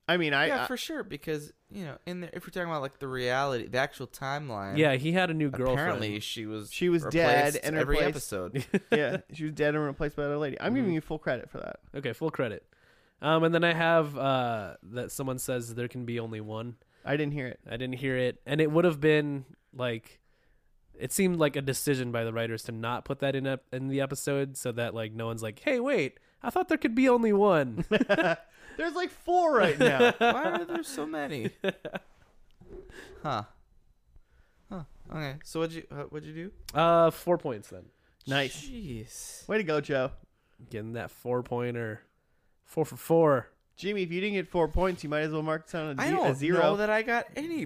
I mean, I,
yeah,
I-
for sure. Because you know, in the, if we're talking about like the reality, the actual timeline.
Yeah, he had a new girlfriend.
Apparently, she was.
She was
replaced
dead and
every
replaced-
episode.
yeah, she was dead and replaced by another lady. I'm
Mm-hmm.
giving you full credit for that.
okay, full credit. Um, and then I have uh that someone says there can be only one.
I didn't hear it.
I didn't hear it, and it would have been like, it seemed like a decision by the writers to not put that in ep- in the episode, so that like no one's like, hey, wait, I thought there could be only one.
There's like four right now.
Why are there so many? Huh. Huh. Okay. So what'd you uh, what'd you do?
Uh, four points then.
nice.
Jeez.
Way to go, Joe.
Getting that four pointer, four for four.
Jimmy, if you didn't get four points, you might as well mark this on a,
I
ze-
don't
a zero.
know that I got any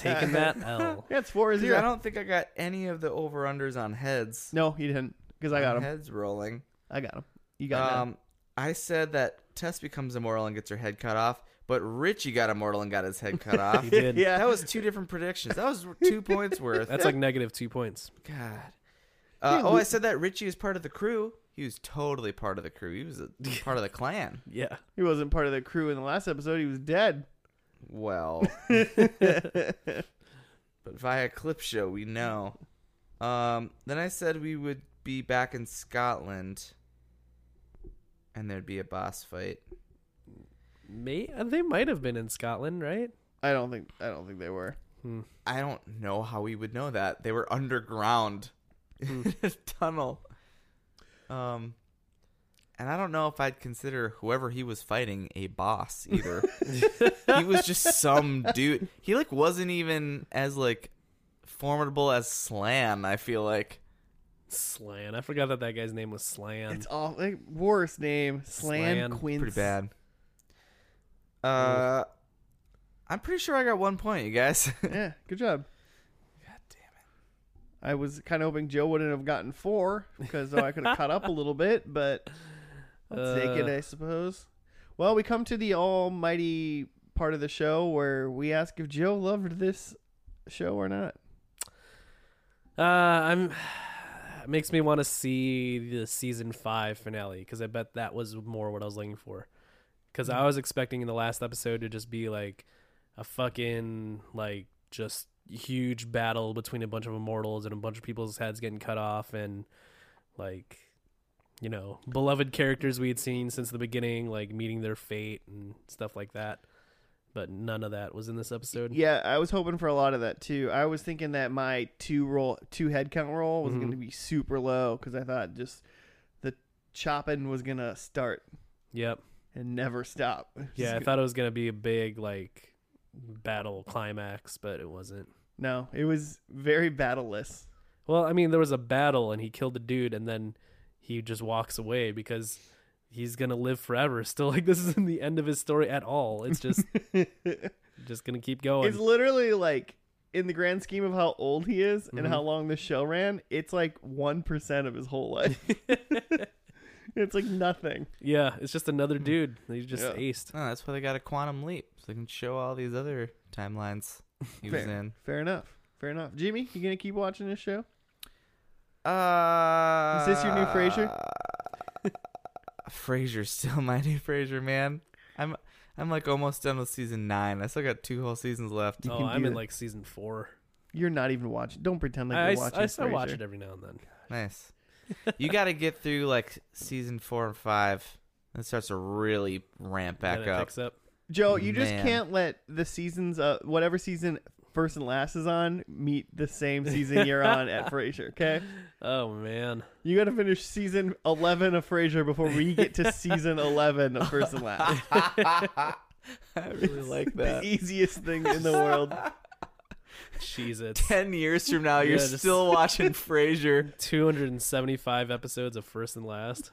Taking that L.
Yeah, it's four or
'Cause
zero.
I don't think I got any of the over unders on heads.
No, you didn't, because I got him.
Heads rolling.
I got him. You got him.
um, I said that Tess becomes immortal and gets her head cut off, but Richie got immortal and got his head cut off.
He did.
Yeah.
That was two different predictions. That was two points worth.
That's like negative two points.
God. Uh,
Yeah,
oh,
we-
I said that Richie was part of the crew. He was totally part of the crew. He was a, part of the clan.
Yeah.
He wasn't part of the crew in the last episode. He was dead.
Well, but via clip show, we know. Um, then I said we would be back in Scotland, and there'd be a boss fight.
May uh, they might have been in Scotland, right?
I don't think. I don't think they were.
I don't know how we would know that they were underground in a tunnel. Um, and I don't know if I'd consider whoever he was fighting a boss either. he was just some dude. He like wasn't even as like formidable as Slan. I feel like
Slan. I forgot that that guy's name was Slan.
It's all like, worst name. Slan,
Slan.
Quince.
pretty bad. Uh, I'm pretty sure I got one point, you guys. God
Yeah. Good job.
damn
I was kind of hoping Joe wouldn't have gotten four because I could have caught up a little bit, but I'll take it,
Uh.
I suppose. Well, we come to the almighty part of the show where we ask if Joe loved this show or not.
Uh, I'm. It makes me want to see the season five finale because I bet that was more what I was looking for. Because I was expecting in the last episode to just be like a fucking like just huge battle between a bunch of immortals and a bunch of people's heads getting cut off and like you know beloved characters we had seen since the beginning like meeting their fate and stuff like that. But none of that was in this episode.
Yeah, I was hoping for a lot of that too. I was thinking that my two roll, two head count roll was
Mhm.
going to be super low because I thought just the chopping was going to start
Yep.
and never stop.
Yeah, I thought it was gonna be a big like battle climax, but it wasn't.
no, it was very battleless.
Well, I mean, there was a battle and he killed the dude, and then he just walks away because he's gonna live forever. Still, like this isn't the end of his story at all. It's just
it's
just gonna keep going.
literally like in the grand scheme of how old he is and
Mhm.
how long the show ran, it's like one percent of his whole life. it's like nothing.
yeah, it's just another
Hmm.
dude. that He just
Yeah.
aced.
Oh, that's why they got a quantum leap, so they can show all these other timelines he was
Fair.
in.
Fair enough. Fair enough. Jimmy, you gonna keep watching this show?
Uh,
Is this your new Frasier?
Frasier's still my new Frasier, man. I'm I'm like almost done with season nine. I still got two whole seasons left.
You
oh,
can
I'm
do
in
that.
like season four.
You're not even watching. Don't pretend like
I, I
you're
s-
watching.
I still watch
Frasier.
it every now and then.
Nice. You got to get through like season four and five. It starts to really ramp
Then
back
it
up.
picks up.
Joe, you just
Man.
can't let the seasons, uh, whatever season first and last is on, meet the same season you're on at Frasier. Okay,
Oh man.
you got to finish season eleven of Frasier before we get to season eleven of first and last.
I really like
the
that.
easiest thing in the world.
Jeez, it's
Ten years from now, you're
Yeah, just-
still watching Frasier.
275 episodes of first and last.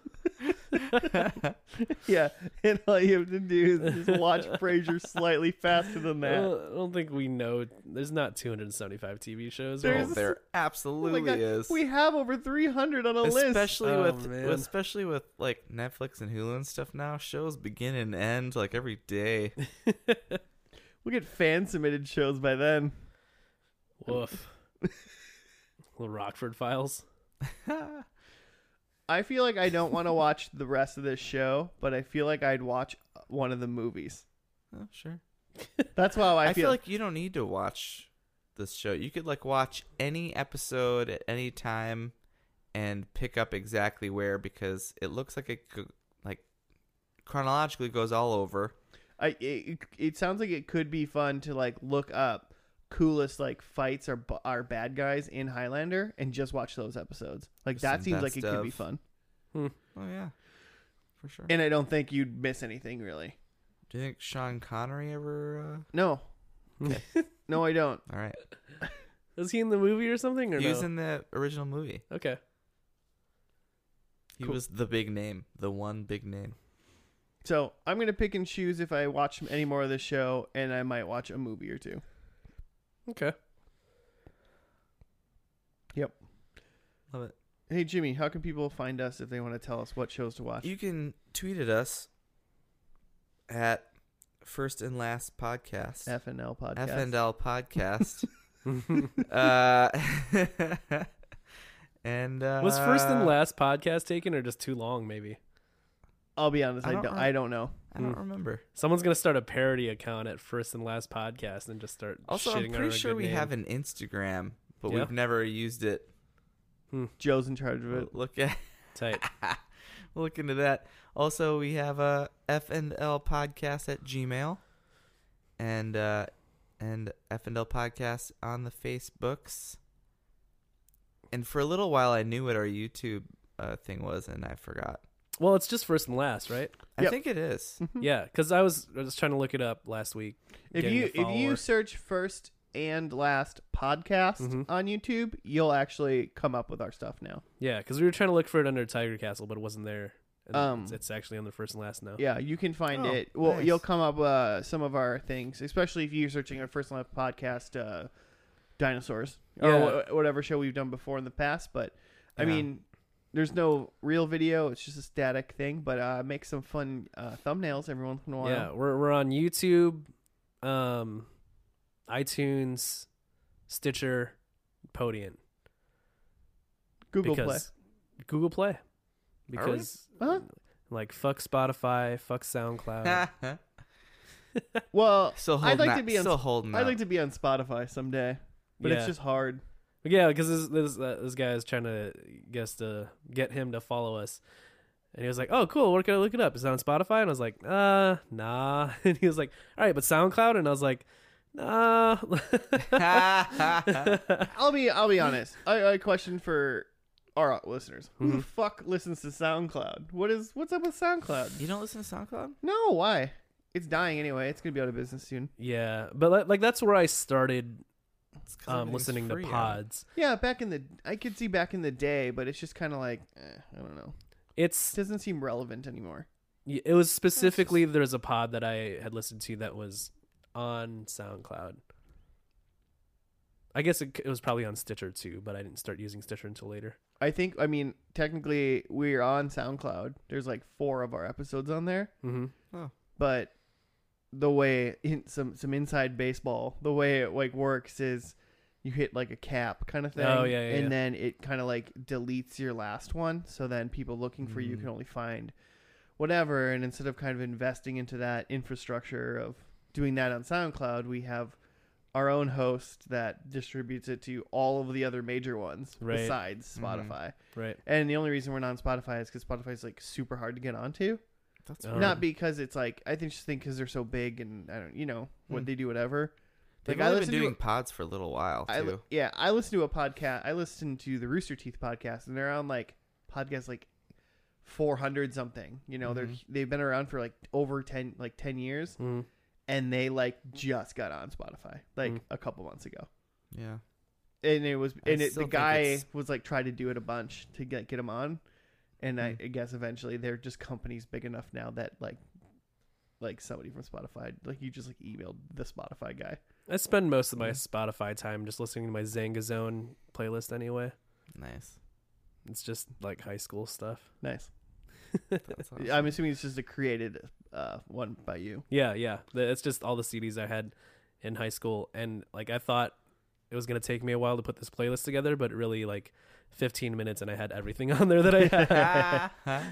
Yeah, and all you have to do is just watch Frasier slightly faster than
I
that.
don't, I don't think we know. There's not 275 TV shows.
Oh,
There's-
right?
there
Oh my
absolutely
God,
is.
We have over three hundred on a list.
especially
Oh,
with
man.
especially with like Netflix and Hulu and stuff now. Shows begin and end like every day.
We'll get fan submitted shows by then.
Woof. Little Rockford Files.
Oh,
I feel like I don't want to watch the rest of this show, but I feel like I'd watch uh, one of the movies.
oh, sure.
That's how I,
I, feel like you don't need to watch this show. You could like watch any episode at any time and pick up exactly where because it looks like it go- like chronologically goes all over.
I it, it sounds like it could be fun to like look up coolest like fights or bu- or bad guys in Highlander and just watch those episodes. Like
Just
that
some
seems like
best
it could be
of.
fun.
Oh yeah. For sure.
And I don't think you'd miss anything really.
Do you think Sean Connery ever
No.
Okay.
no, I don't.
uh, All right.
Is he in the movie or something? Or
He
no?
was in the original movie.
okay.
He
Cool.
was the big name, the one big name.
So, I'm going to pick and choose if I watch any more of this show and I might watch a movie or two.
Okay.
Love it.
Hey Jimmy, how can people find us if they want to tell us what shows to watch?
You can tweet at us at first and last podcast.
FNL podcast.
FNL podcast. uh, and uh,
was first and last podcast taken or just too long? Maybe
I'll be honest, I
I
don't,
don't
I don't know.
I don't
Mm.
remember.
someone's gonna start a parody account at first and last podcast and just start.
Also,
shitting
I'm
on our
pretty sure
good
we
name.
have an Instagram, but
Yeah.
we've never used it.
Joe's in charge of it.
Look at
Tight.
look into that. Also, we have a FNL podcast at Gmail, and uh, and FNL podcast on the Facebooks. And for a little while, I knew what our YouTube uh, thing was, and I forgot.
Well, it's just first and last, right?
Yep.
I think it is.
Yeah, because I was I was trying to look it up last week.
If
getting a
you if you
follower.
search first and last podcast
Mhm.
on YouTube, you'll actually come up with our stuff now.
Yeah, because we were trying to look for it under Tiger Castle, but it wasn't there. And
Um,
it's, it's actually on the first and last now.
Yeah, you can find
Oh,
it. Well,
nice.
you'll come up uh, some of our things, especially if you're searching our first and last podcast uh, dinosaurs or
Yeah.
wh- whatever show we've done before in the past. But I
Yeah.
mean, there's no real video; it's just a static thing. But uh, make some fun uh, thumbnails every once in a while.
Yeah, we're we're on YouTube, um, iTunes, Stitcher, Podium.
Google Play.
because Google Play. Because
Huh?
Like fuck Spotify, fuck SoundCloud.
Well,
still holding
I'd like
that-
to be on.
still holding
I'd
that.
like to be on Spotify someday, but
Yeah.
it's just hard.
But yeah, because this this, uh, this guy is trying to guess to get him to follow us, and he was like, "Oh, cool. Where can I look it up? Is it on Spotify?" And I was like, "Uh, nah." And he was like, "All right, but SoundCloud?" And I was like, "Nah."
I'll be. I'll be honest. I, I question for our listeners: Who
Hmm.
the fuck listens to SoundCloud? What is? What's up with SoundCloud?
you don't listen to SoundCloud?
No, why? It's dying anyway. It's gonna be out of business soon.
yeah, but like- like that's where I started
It's 'cause
um,
everything's
listening to
free, Adam.
pods.
Yeah, back in the I could see back in the day, but it's just kind of like eh, I don't know. It
It's
doesn't seem relevant anymore.
Y- It was specifically there's a pod that I had listened to that was on SoundCloud. I guess it, c- it was probably on Stitcher too, but I didn't start using Stitcher until later.
I think I mean technically we're on SoundCloud. There's like four of our episodes on there,
Mm-hmm.
but the way in some some inside baseball, the way it like works is you hit like a cap kind of thing.
Oh, yeah, yeah,
and
yeah.
then it kind of like deletes your last one, so then people looking for you
Mm.
can only find whatever. And instead of kind of investing into that infrastructure of doing that on SoundCloud, we have our own host that distributes it to all of the other major ones
Right. Mm-hmm.
besides
Mhm.
Spotify.
Right.
And the only reason we're not on Spotify is because Spotify's like super hard to get onto.
That's
Oh.
weird.
Not because it's like I think just think because they're so big and I don't you know what
Hmm.
they do whatever.
They've
like, I
only been
listen to
doing
a-
pods for a little while
I li-
too.
yeah I listen to a podcast. I listen to the Rooster Teeth podcast and they're on like podcast like four hundred something. You know they're
Mhm.
they've been around for like over ten like ten years
Mm.
and they like just got on Spotify like
Hmm.
a couple months ago.
yeah.
and it was
I
and it,
still
the
think
guy
it's-
was like tried to do it a bunch to get get him on and I, I
Mm.
guess eventually they're just companies big enough now that like like somebody from spotify like you just like emailed the spotify guy
I spend most of my Spotify time just listening to my Zanga Zone playlist anyway.
Nice.
It's just like high school stuff.
nice
That's
i'm assuming it's just a created uh one by you
Yeah, yeah. The- It's just all the CDs I had in high school, and like I thought it was gonna take me a while to put this playlist together, but really like 15 minutes, and I had everything on there that I had.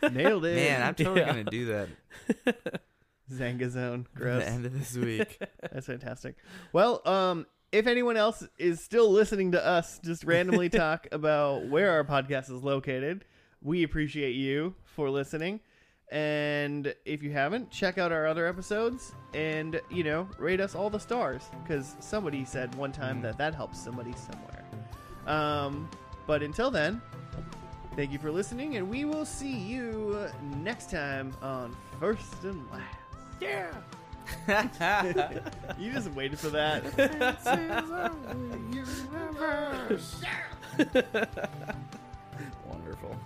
awesome.
nailed it
Man, I'm totally
Yeah.
gonna do that
zangazone
at
gross
the end of this week.
that's fantastic well um if anyone else is still listening to us just randomly talk about where our podcast is located, we appreciate you for listening. And if you haven't, check out our other episodes and, you know, rate us all the stars because somebody said one time that that helps somebody somewhere. Um, but until then, thank you for listening and we will see you next time on First and Last. Yeah! you just waited for that.
Wonderful.